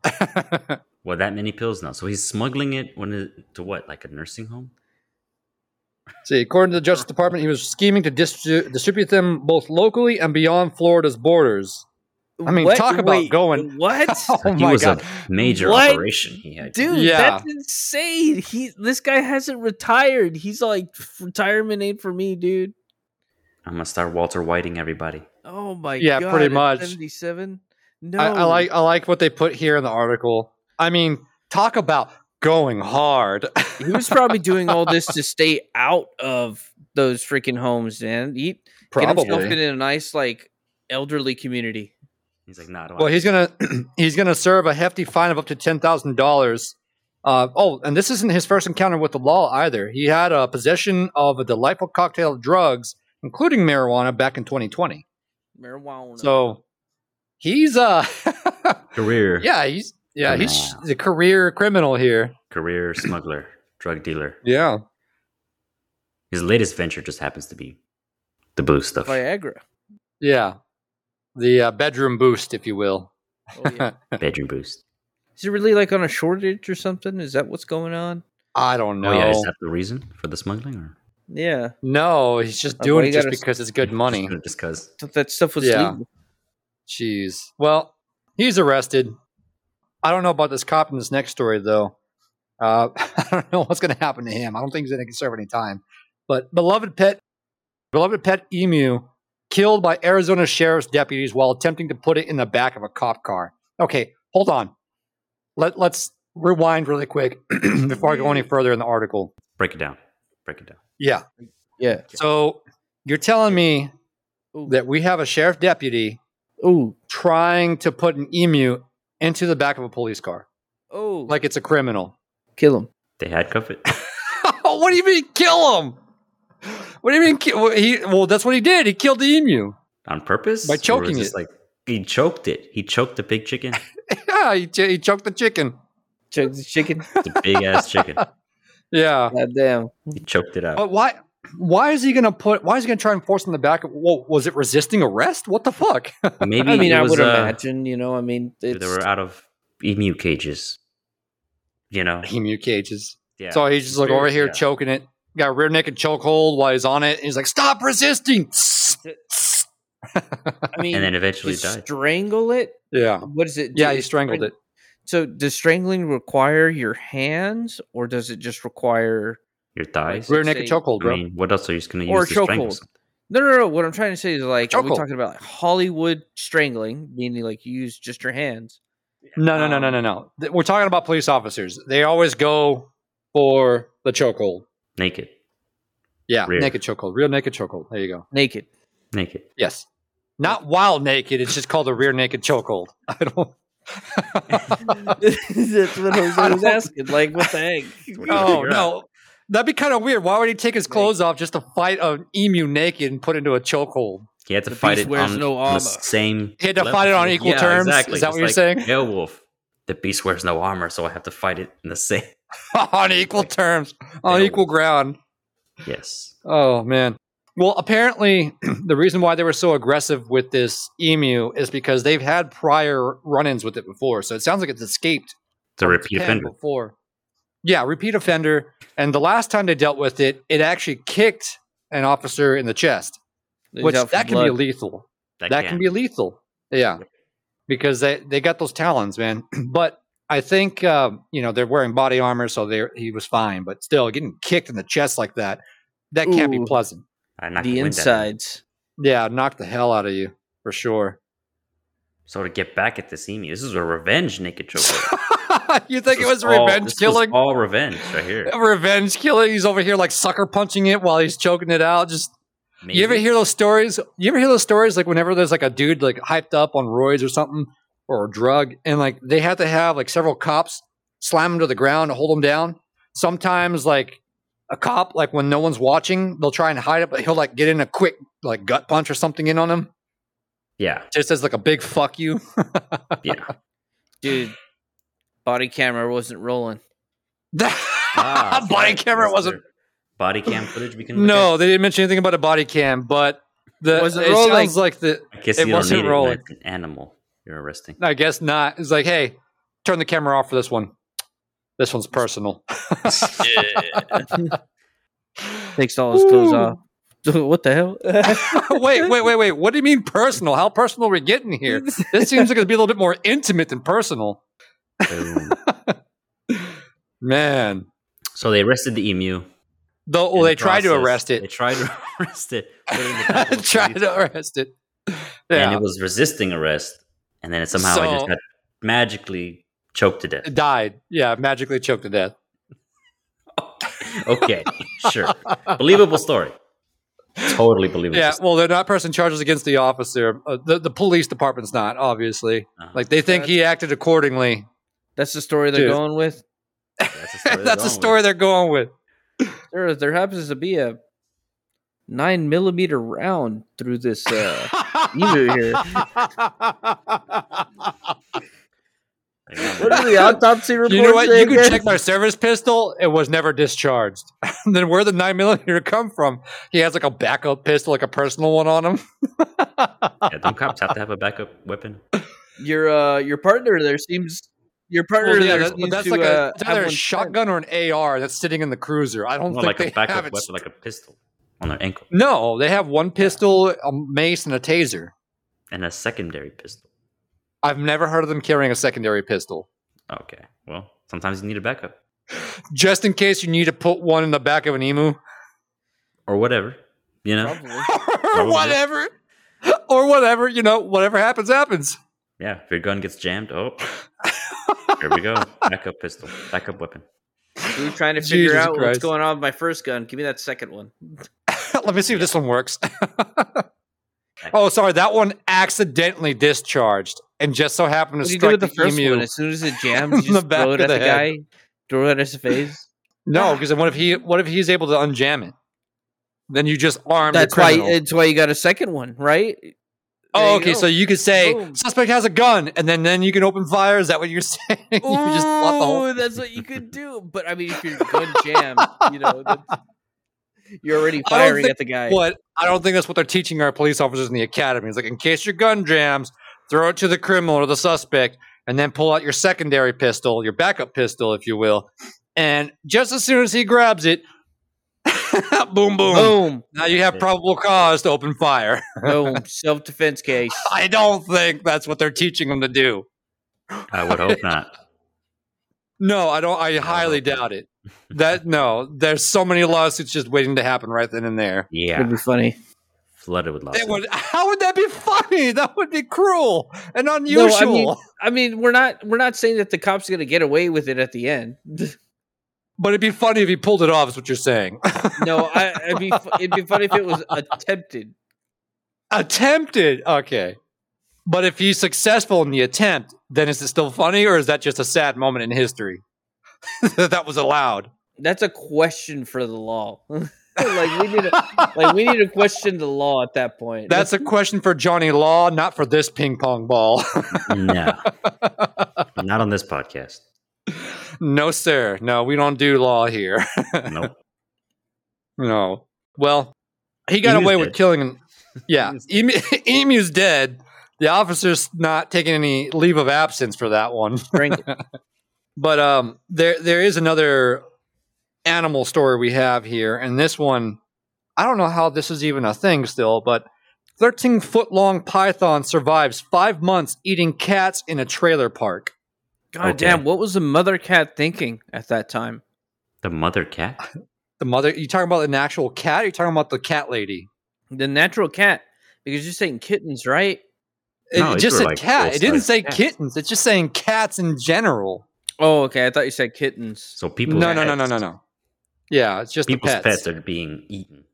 [SPEAKER 2] Well, that many pills now. So he's smuggling it when it, to what? Like a nursing home?
[SPEAKER 1] See, according to the Justice Department, he was scheming to distri- distribute them both locally and beyond Florida's borders. I mean,
[SPEAKER 3] What?
[SPEAKER 1] talk about
[SPEAKER 3] Wait,
[SPEAKER 1] going-
[SPEAKER 3] *laughs* What?
[SPEAKER 1] *laughs* Oh
[SPEAKER 2] he
[SPEAKER 1] my
[SPEAKER 2] was
[SPEAKER 1] god!
[SPEAKER 2] a major
[SPEAKER 3] What?
[SPEAKER 2] operation. He had.
[SPEAKER 3] Dude,
[SPEAKER 1] Yeah.
[SPEAKER 3] that's insane. He this guy hasn't retired. He's like retirement ain't for me, dude.
[SPEAKER 2] I'm gonna start Walter Whiting everybody.
[SPEAKER 3] Oh my
[SPEAKER 1] Yeah,
[SPEAKER 3] god.
[SPEAKER 1] pretty
[SPEAKER 3] at
[SPEAKER 1] much.
[SPEAKER 3] 77. No.
[SPEAKER 1] I, I like I like what they put here in the article. I mean, talk about going hard. *laughs*
[SPEAKER 3] he was probably doing all this to stay out of those freaking homes, man. He get himself in
[SPEAKER 1] Probably.
[SPEAKER 3] a nice like elderly community.
[SPEAKER 2] He's like, nah, I don't
[SPEAKER 1] Well,
[SPEAKER 2] want
[SPEAKER 1] he's gonna *clears throat* he's gonna serve a hefty fine of up to ten thousand dollars. Uh, oh, and this isn't his first encounter with the law either. He had a possession of a delightful cocktail of drugs, including marijuana, back in 2020.
[SPEAKER 3] Marijuana.
[SPEAKER 1] So he's uh *laughs*
[SPEAKER 2] it. career,
[SPEAKER 1] yeah, he's yeah, he's
[SPEAKER 2] Criminal.
[SPEAKER 1] the career criminal here.
[SPEAKER 2] career smuggler, drug dealer.
[SPEAKER 1] Yeah.
[SPEAKER 2] His latest venture just happens to be the blue stuff.
[SPEAKER 1] Oh,
[SPEAKER 3] Viagra.
[SPEAKER 1] Yeah. The uh, bedroom boost, if you will.
[SPEAKER 3] Oh, *laughs* yeah.
[SPEAKER 2] Bedroom boost.
[SPEAKER 3] Is it really like on a shortage or something? Is that what's going on?
[SPEAKER 1] I don't know.
[SPEAKER 2] Oh yeah, is that the reason for the smuggling or
[SPEAKER 3] Yeah.
[SPEAKER 1] no, he's just
[SPEAKER 3] That's why
[SPEAKER 1] doing
[SPEAKER 3] you
[SPEAKER 1] it just
[SPEAKER 3] gotta s-
[SPEAKER 1] because it's good money.
[SPEAKER 2] *laughs* Just because
[SPEAKER 3] Thought that stuff was
[SPEAKER 1] Yeah.
[SPEAKER 3] legal.
[SPEAKER 1] Jeez. Well, he's arrested. I don't know about this cop in this next story though. Uh, *laughs* I don't know what's going to happen to him. I don't think he's going to serve any time. But beloved pet, beloved pet emu, killed by Arizona sheriff's deputies while attempting to put it in the back of a cop car. Okay, hold on. Let Let's rewind really quick *clears throat* before I go any further in the article.
[SPEAKER 2] break it down, break it down.
[SPEAKER 1] Yeah.
[SPEAKER 3] Yeah.
[SPEAKER 1] So you're telling me
[SPEAKER 3] Ooh.
[SPEAKER 1] that we have a sheriff deputy
[SPEAKER 3] Ooh.
[SPEAKER 1] trying to put an emu into the back of a police car
[SPEAKER 3] Oh.
[SPEAKER 1] like it's a criminal. *laughs*
[SPEAKER 3] kill him.
[SPEAKER 2] They handcuff it.
[SPEAKER 1] what do you mean kill him? What do you mean? Ki- well, he, well, that's what he did. He killed the emu.
[SPEAKER 2] *laughs*
[SPEAKER 1] *laughs*
[SPEAKER 2] on purpose
[SPEAKER 1] By
[SPEAKER 2] Or was
[SPEAKER 1] choking
[SPEAKER 2] just
[SPEAKER 1] it.
[SPEAKER 2] Like he choked it. He choked the big chicken,
[SPEAKER 1] Yeah, he, ch- he choked the chicken.
[SPEAKER 3] Chug the *laughs* chicken.
[SPEAKER 2] the big ass chicken.
[SPEAKER 1] Yeah,
[SPEAKER 3] God damn.
[SPEAKER 1] *laughs*
[SPEAKER 2] He choked it out.
[SPEAKER 1] but why? Why is he gonna put? Why is he gonna try and force him in the back? Of, whoa, was it resisting arrest? What the fuck? *laughs*
[SPEAKER 2] Maybe
[SPEAKER 3] I mean,
[SPEAKER 2] it
[SPEAKER 3] I
[SPEAKER 2] was,
[SPEAKER 3] would
[SPEAKER 2] uh,
[SPEAKER 3] imagine, you know, I mean, it's,
[SPEAKER 2] they were out of emu cages. You know,
[SPEAKER 1] emu cages.
[SPEAKER 2] yeah.
[SPEAKER 1] So he's just like over here
[SPEAKER 2] Yeah.
[SPEAKER 1] choking it. Got a rear naked chokehold while he's on it. And he's like, "Stop resisting!"
[SPEAKER 3] I mean,
[SPEAKER 2] and then
[SPEAKER 3] to
[SPEAKER 2] eventually died.
[SPEAKER 3] strangle it.
[SPEAKER 1] yeah,
[SPEAKER 3] What is it?
[SPEAKER 1] yeah,
[SPEAKER 3] Do
[SPEAKER 1] he
[SPEAKER 3] you
[SPEAKER 1] strangled
[SPEAKER 3] strang-
[SPEAKER 1] it.
[SPEAKER 3] So does strangling require your hands or does it just require
[SPEAKER 2] Your thighs.
[SPEAKER 1] Rear naked
[SPEAKER 3] say-
[SPEAKER 1] chokehold,
[SPEAKER 2] I
[SPEAKER 1] bro.
[SPEAKER 2] mean, what else are you just gonna use?
[SPEAKER 3] Or
[SPEAKER 2] to strangle
[SPEAKER 3] chokehold.
[SPEAKER 2] something?
[SPEAKER 3] No, no, no. What I'm trying to say is like are we
[SPEAKER 1] Chokehold.
[SPEAKER 3] talking about like Hollywood strangling, meaning like you use just your hands.
[SPEAKER 1] No, no, no, no, no, no. Th- We're talking about police officers. They always go for the chokehold.
[SPEAKER 2] Naked,
[SPEAKER 1] Yeah,
[SPEAKER 2] Rear.
[SPEAKER 1] naked chokehold, real naked chokehold. There you go.
[SPEAKER 3] Naked.
[SPEAKER 1] *laughs*
[SPEAKER 3] *laughs*
[SPEAKER 2] naked.
[SPEAKER 1] Yes, not while naked. It's just called a rear naked chokehold. *laughs* I don't.
[SPEAKER 3] That's what Jose was asking. Like, what the heck?
[SPEAKER 2] What
[SPEAKER 1] *laughs*
[SPEAKER 2] do you
[SPEAKER 1] Oh
[SPEAKER 2] figure out?
[SPEAKER 1] no, that'd be kind of weird. Why would he take his clothes off just to fight an emu naked and put into a chokehold? *laughs*
[SPEAKER 2] He had to
[SPEAKER 3] The
[SPEAKER 2] fight
[SPEAKER 3] beast
[SPEAKER 2] it
[SPEAKER 3] wears
[SPEAKER 2] on
[SPEAKER 3] no
[SPEAKER 2] the
[SPEAKER 3] armor.
[SPEAKER 2] same.
[SPEAKER 1] He had to fight it on equal
[SPEAKER 2] Yeah,
[SPEAKER 1] terms?
[SPEAKER 2] Exactly.
[SPEAKER 1] Is that
[SPEAKER 2] It's
[SPEAKER 1] what you're
[SPEAKER 2] like
[SPEAKER 1] saying?
[SPEAKER 2] Beowulf. The beast wears no armor, so I have to fight it in the same. *laughs*
[SPEAKER 1] on equal terms, on
[SPEAKER 2] Bill.
[SPEAKER 1] equal ground.
[SPEAKER 2] Yes.
[SPEAKER 1] Oh man. Well, apparently *clears throat* the reason why they were so aggressive with this emu is because they've had prior run-ins with it before. So it sounds like it's escaped
[SPEAKER 2] It's a repeat
[SPEAKER 1] Japan
[SPEAKER 2] offender.
[SPEAKER 1] before. Yeah, repeat offender. And the last time they dealt with it, it actually kicked an officer in the chest,
[SPEAKER 3] He's
[SPEAKER 1] which
[SPEAKER 3] out for
[SPEAKER 1] that can be
[SPEAKER 3] blood.
[SPEAKER 1] lethal. that can be lethal. Yeah,
[SPEAKER 2] Yep.
[SPEAKER 1] because they they got those talons, man. *clears throat* but I think um, you know they're wearing body armor, so they he was fine. But still, getting kicked in the chest like that, that can't be
[SPEAKER 3] Ooh.
[SPEAKER 1] pleasant.
[SPEAKER 2] I'm not
[SPEAKER 3] the
[SPEAKER 2] gonna win that.
[SPEAKER 3] insides.
[SPEAKER 1] Yeah, knock the hell out of you for sure.
[SPEAKER 2] So to get back at this emu, this is a revenge naked *laughs* choke.
[SPEAKER 1] *laughs* you think it was
[SPEAKER 2] all,
[SPEAKER 1] revenge
[SPEAKER 2] this was
[SPEAKER 1] killing?
[SPEAKER 2] all revenge right here.
[SPEAKER 1] Revenge killing. He's over here like sucker punching it while he's choking it out. Just You ever
[SPEAKER 2] Maybe.
[SPEAKER 1] hear those stories? You ever hear those stories like whenever there's like a dude like hyped up on roids or something or a drug and like they have to have like several cops slam him to the ground to hold him down. Sometimes like a cop like when no one's watching, they'll try and hide it but he'll like get in a quick like gut punch or something in on him
[SPEAKER 2] Yeah,
[SPEAKER 1] just as like a big fuck you. *laughs*
[SPEAKER 2] yeah.
[SPEAKER 3] Dude, body camera wasn't rolling.
[SPEAKER 2] Ah, so
[SPEAKER 1] *laughs* body
[SPEAKER 2] that-
[SPEAKER 1] camera
[SPEAKER 2] that's
[SPEAKER 1] wasn't
[SPEAKER 2] their Body cam footage we can. look
[SPEAKER 1] No, they didn't mention anything about a body cam, but the
[SPEAKER 3] Wasn't
[SPEAKER 1] it
[SPEAKER 3] rolling.
[SPEAKER 1] sounds like the
[SPEAKER 2] at? I guess
[SPEAKER 1] it
[SPEAKER 2] you don't
[SPEAKER 1] wasn't
[SPEAKER 2] need it
[SPEAKER 1] rolling.
[SPEAKER 2] when it's an animal. You're arresting.
[SPEAKER 1] *laughs* I guess not. It's like, hey, turn the camera off for this one. This one's personal. *laughs*
[SPEAKER 3] Takes all his clothes
[SPEAKER 1] Ooh.
[SPEAKER 3] off. *laughs* what
[SPEAKER 1] *laughs*
[SPEAKER 3] the hell?
[SPEAKER 1] wait, wait, wait, wait. What do you mean personal? How personal are we getting here? This seems like it'd be a little bit more intimate than personal.
[SPEAKER 2] Boom.
[SPEAKER 1] Man.
[SPEAKER 2] so they arrested the emu.
[SPEAKER 1] Though well,
[SPEAKER 2] in
[SPEAKER 1] they
[SPEAKER 2] the
[SPEAKER 1] tried to
[SPEAKER 2] process.
[SPEAKER 1] arrest
[SPEAKER 2] They
[SPEAKER 1] it.
[SPEAKER 2] tried to *laughs* arrest it.
[SPEAKER 1] *laughs*
[SPEAKER 2] put it in the back of a
[SPEAKER 1] tried
[SPEAKER 2] police
[SPEAKER 1] to arrest it.
[SPEAKER 2] and
[SPEAKER 1] Yeah.
[SPEAKER 2] it was resisting arrest, and then it somehow I
[SPEAKER 1] So-
[SPEAKER 2] just got magically choked to death.
[SPEAKER 1] It died. Yeah, magically choked to death.
[SPEAKER 2] Okay, sure, believable story, totally believable.
[SPEAKER 1] Yeah,
[SPEAKER 2] story.
[SPEAKER 1] well, they're not pressing charges against the officer. Uh, the, the police department's not, obviously.
[SPEAKER 2] Uh-huh.
[SPEAKER 1] Like, they think he acted accordingly. *laughs*
[SPEAKER 3] That's the story they're
[SPEAKER 1] Dude.
[SPEAKER 3] going with.
[SPEAKER 2] that's
[SPEAKER 1] *laughs*
[SPEAKER 2] the story.
[SPEAKER 1] That's the
[SPEAKER 2] they're
[SPEAKER 1] story
[SPEAKER 2] going
[SPEAKER 1] they're going
[SPEAKER 2] *laughs*
[SPEAKER 1] with.
[SPEAKER 3] There, there happens to be a nine millimeter round through this.
[SPEAKER 1] *laughs*
[SPEAKER 3] Uh, emu here.
[SPEAKER 2] with.
[SPEAKER 1] *laughs*
[SPEAKER 2] Hang on a
[SPEAKER 3] what
[SPEAKER 2] minute.
[SPEAKER 3] are the autopsy reports?
[SPEAKER 1] You know what?
[SPEAKER 3] say
[SPEAKER 1] You can
[SPEAKER 3] again?
[SPEAKER 1] check my service pistol. It was never discharged. *laughs* then where the nine millimeter come from? He has like a backup pistol, like a personal one on him.
[SPEAKER 2] Yeah, don't cops have to have a backup weapon?
[SPEAKER 3] your uh, your partner there seems your partner
[SPEAKER 1] Well, yeah,
[SPEAKER 3] there
[SPEAKER 1] that-
[SPEAKER 3] seems
[SPEAKER 1] but that's
[SPEAKER 3] to,
[SPEAKER 1] like
[SPEAKER 3] uh,
[SPEAKER 1] a, it's
[SPEAKER 3] have
[SPEAKER 1] either a
[SPEAKER 3] one
[SPEAKER 1] shotgun or an AR that's sitting in the cruiser. I don't
[SPEAKER 2] Well,
[SPEAKER 1] think
[SPEAKER 2] like a
[SPEAKER 1] they have
[SPEAKER 2] backup
[SPEAKER 1] it.
[SPEAKER 2] weapon, like a pistol on their ankle,
[SPEAKER 1] no, they have one pistol, a mace, and a taser.
[SPEAKER 2] and a secondary pistol.
[SPEAKER 1] I've never heard of them carrying a secondary pistol.
[SPEAKER 2] Okay, well, sometimes you need a backup
[SPEAKER 1] Just in case you need to put one in the back of an emu. *laughs*
[SPEAKER 2] or whatever. You know,
[SPEAKER 3] Probably.
[SPEAKER 1] or whatever. Or whatever, you know, whatever happens, happens.
[SPEAKER 2] yeah, if your gun gets jammed, oh, here we go, backup pistol, backup weapon.
[SPEAKER 3] We were trying to figure
[SPEAKER 1] Jesus
[SPEAKER 3] out what's
[SPEAKER 1] Christ.
[SPEAKER 3] going on with my first gun. Give me that second one.
[SPEAKER 1] *laughs* Let me see if this one works. *laughs* oh, sorry, that one accidentally discharged and just so happened to
[SPEAKER 3] What do you do
[SPEAKER 1] strike
[SPEAKER 3] with the
[SPEAKER 1] the,
[SPEAKER 3] first
[SPEAKER 1] emu.
[SPEAKER 3] one? As soon
[SPEAKER 1] *laughs*
[SPEAKER 3] as it jams,
[SPEAKER 1] In
[SPEAKER 3] you
[SPEAKER 1] the
[SPEAKER 3] just
[SPEAKER 1] back
[SPEAKER 3] throw it
[SPEAKER 1] of
[SPEAKER 3] at
[SPEAKER 1] the
[SPEAKER 3] the,
[SPEAKER 1] head.
[SPEAKER 3] guy, throw it at his face.
[SPEAKER 1] No, because what if he what if he's able to unjam it? Then you just arm the
[SPEAKER 3] That's why.
[SPEAKER 1] criminal.
[SPEAKER 3] That's why you got a second one, right?
[SPEAKER 1] oh,
[SPEAKER 3] there you
[SPEAKER 1] okay,
[SPEAKER 3] go.
[SPEAKER 1] so you could say
[SPEAKER 3] Boom.
[SPEAKER 1] suspect has a gun, and then then you can open fire. Is that what you're *laughs* saying?
[SPEAKER 3] *laughs*
[SPEAKER 1] you just plot the whole.
[SPEAKER 3] Ooh, that's what you could do. But I mean, if you're gun jammed, you know, that's, *laughs* you're already
[SPEAKER 1] I don't
[SPEAKER 3] firing
[SPEAKER 1] think-
[SPEAKER 3] at the guy.
[SPEAKER 1] But I don't think that's what they're teaching our police officers in the academy. It's like, in case your gun jams, throw it to the criminal or the suspect, and then pull out your secondary pistol, your backup pistol, if you will. And just as soon as he grabs it, *laughs* boom, boom,
[SPEAKER 3] Boom,
[SPEAKER 1] Now you have
[SPEAKER 2] That's it.
[SPEAKER 1] probable cause to open fire. *laughs*
[SPEAKER 3] boom, *laughs* self defense case.
[SPEAKER 1] I don't think that's what they're teaching them to do.
[SPEAKER 2] I would hope not.
[SPEAKER 1] No, I don't. I highly
[SPEAKER 2] okay.
[SPEAKER 1] doubt *laughs* it. That no, there's so many lawsuits just waiting to happen right then and there.
[SPEAKER 2] Yeah,
[SPEAKER 3] be funny.
[SPEAKER 2] flooded with lawsuits.
[SPEAKER 1] It would, how would that be funny? That would be cruel and unusual.
[SPEAKER 3] I mean, we're not we're not saying that the cops are gonna get away with it at the end. *laughs*
[SPEAKER 1] But it'd be funny if he pulled it off. Is what you're saying? *laughs*
[SPEAKER 3] No, I, it'd be fu- it'd be funny if it was attempted.
[SPEAKER 1] Attempted. Okay. But if he's successful in the attempt, then is it still funny or is that just a sad moment in history *laughs* that that was allowed?
[SPEAKER 3] That's a question for the law. *laughs* like we need to, like we need to question the law at that point.
[SPEAKER 1] That's a question for Johnny Law, not for this ping pong ball. *laughs*
[SPEAKER 2] No, not on this podcast.
[SPEAKER 1] no, sir. No, we don't do law here. *laughs*
[SPEAKER 2] Nope.
[SPEAKER 1] No. Well, he got
[SPEAKER 2] Emu's
[SPEAKER 1] away
[SPEAKER 2] dead.
[SPEAKER 1] with killing him. Yeah. Emu, *laughs* Emu's dead. The officer's not taking any leave of absence for that one.
[SPEAKER 3] Drink *laughs*
[SPEAKER 1] But um, there there is another animal story we have here, and this one, I don't know how this is even a thing still, but thirteen foot long python survives five months eating cats in a trailer park.
[SPEAKER 3] God
[SPEAKER 2] Okay.
[SPEAKER 3] damn, what was the mother cat thinking at that time?
[SPEAKER 2] The mother cat.
[SPEAKER 1] The mother, you talking about an actual cat? Or you talking about the cat lady?
[SPEAKER 3] The natural cat, because you're saying kittens, right?
[SPEAKER 1] It,
[SPEAKER 2] No,
[SPEAKER 1] it
[SPEAKER 2] these
[SPEAKER 1] just
[SPEAKER 2] were,
[SPEAKER 1] said
[SPEAKER 2] like,
[SPEAKER 1] cat. It didn't
[SPEAKER 2] full-size
[SPEAKER 1] say
[SPEAKER 2] cats.
[SPEAKER 1] kittens. It's just saying cats in general.
[SPEAKER 3] Oh, okay. I thought you said kittens.
[SPEAKER 2] So people.
[SPEAKER 1] no, no, no, no, no, no. Yeah, it's just the
[SPEAKER 2] People's
[SPEAKER 1] pets.
[SPEAKER 2] pets. are being eaten.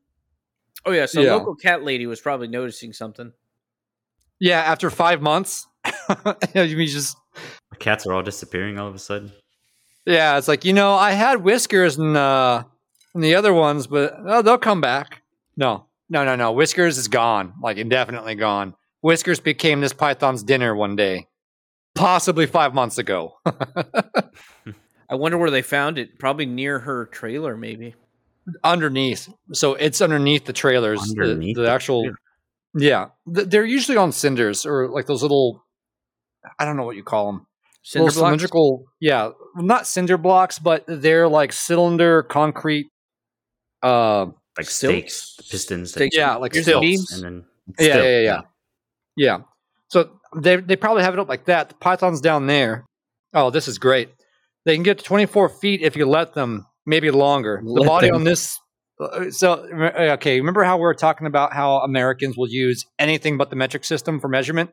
[SPEAKER 3] Oh yeah, so
[SPEAKER 1] Yeah.
[SPEAKER 3] local cat lady was probably noticing something.
[SPEAKER 1] Yeah, after five months, *laughs* you just
[SPEAKER 2] The Cats are all disappearing all of a sudden.
[SPEAKER 1] yeah, it's like you know I had whiskers and uh and the other ones, but oh, they'll come back. No, no, no, no. Whiskers is gone, like indefinitely gone. Whiskers became this python's dinner one day, possibly five months ago. *laughs*
[SPEAKER 3] I wonder where they found it. Probably near her trailer, maybe.
[SPEAKER 1] underneath. So it's underneath the trailers. the-
[SPEAKER 2] Underneath
[SPEAKER 1] the,
[SPEAKER 2] the
[SPEAKER 1] actual.
[SPEAKER 2] trailer.
[SPEAKER 1] Yeah, Th- they're usually on cinders or like those little. I don't know what you call them.
[SPEAKER 3] Cinder
[SPEAKER 1] little
[SPEAKER 3] blocks?
[SPEAKER 1] cylindrical. Yeah, not cinder blocks, but they're like cylinder concrete. Uh,
[SPEAKER 2] Like
[SPEAKER 3] Stilts?
[SPEAKER 2] stakes, pistons. that-
[SPEAKER 3] Stakes.
[SPEAKER 1] yeah, like
[SPEAKER 3] Here's
[SPEAKER 1] stilts.
[SPEAKER 3] beams?
[SPEAKER 2] And then
[SPEAKER 1] Yeah,
[SPEAKER 2] still,
[SPEAKER 1] yeah, yeah, yeah, yeah. So they they probably have it up like that. The python's down there. Oh, this is great. They can get to 24 feet if you let them, maybe longer. the
[SPEAKER 4] Let
[SPEAKER 1] body
[SPEAKER 4] them.
[SPEAKER 1] on this. uh, So rem- okay, remember how we were talking about how Americans will use anything but the metric system for measurement?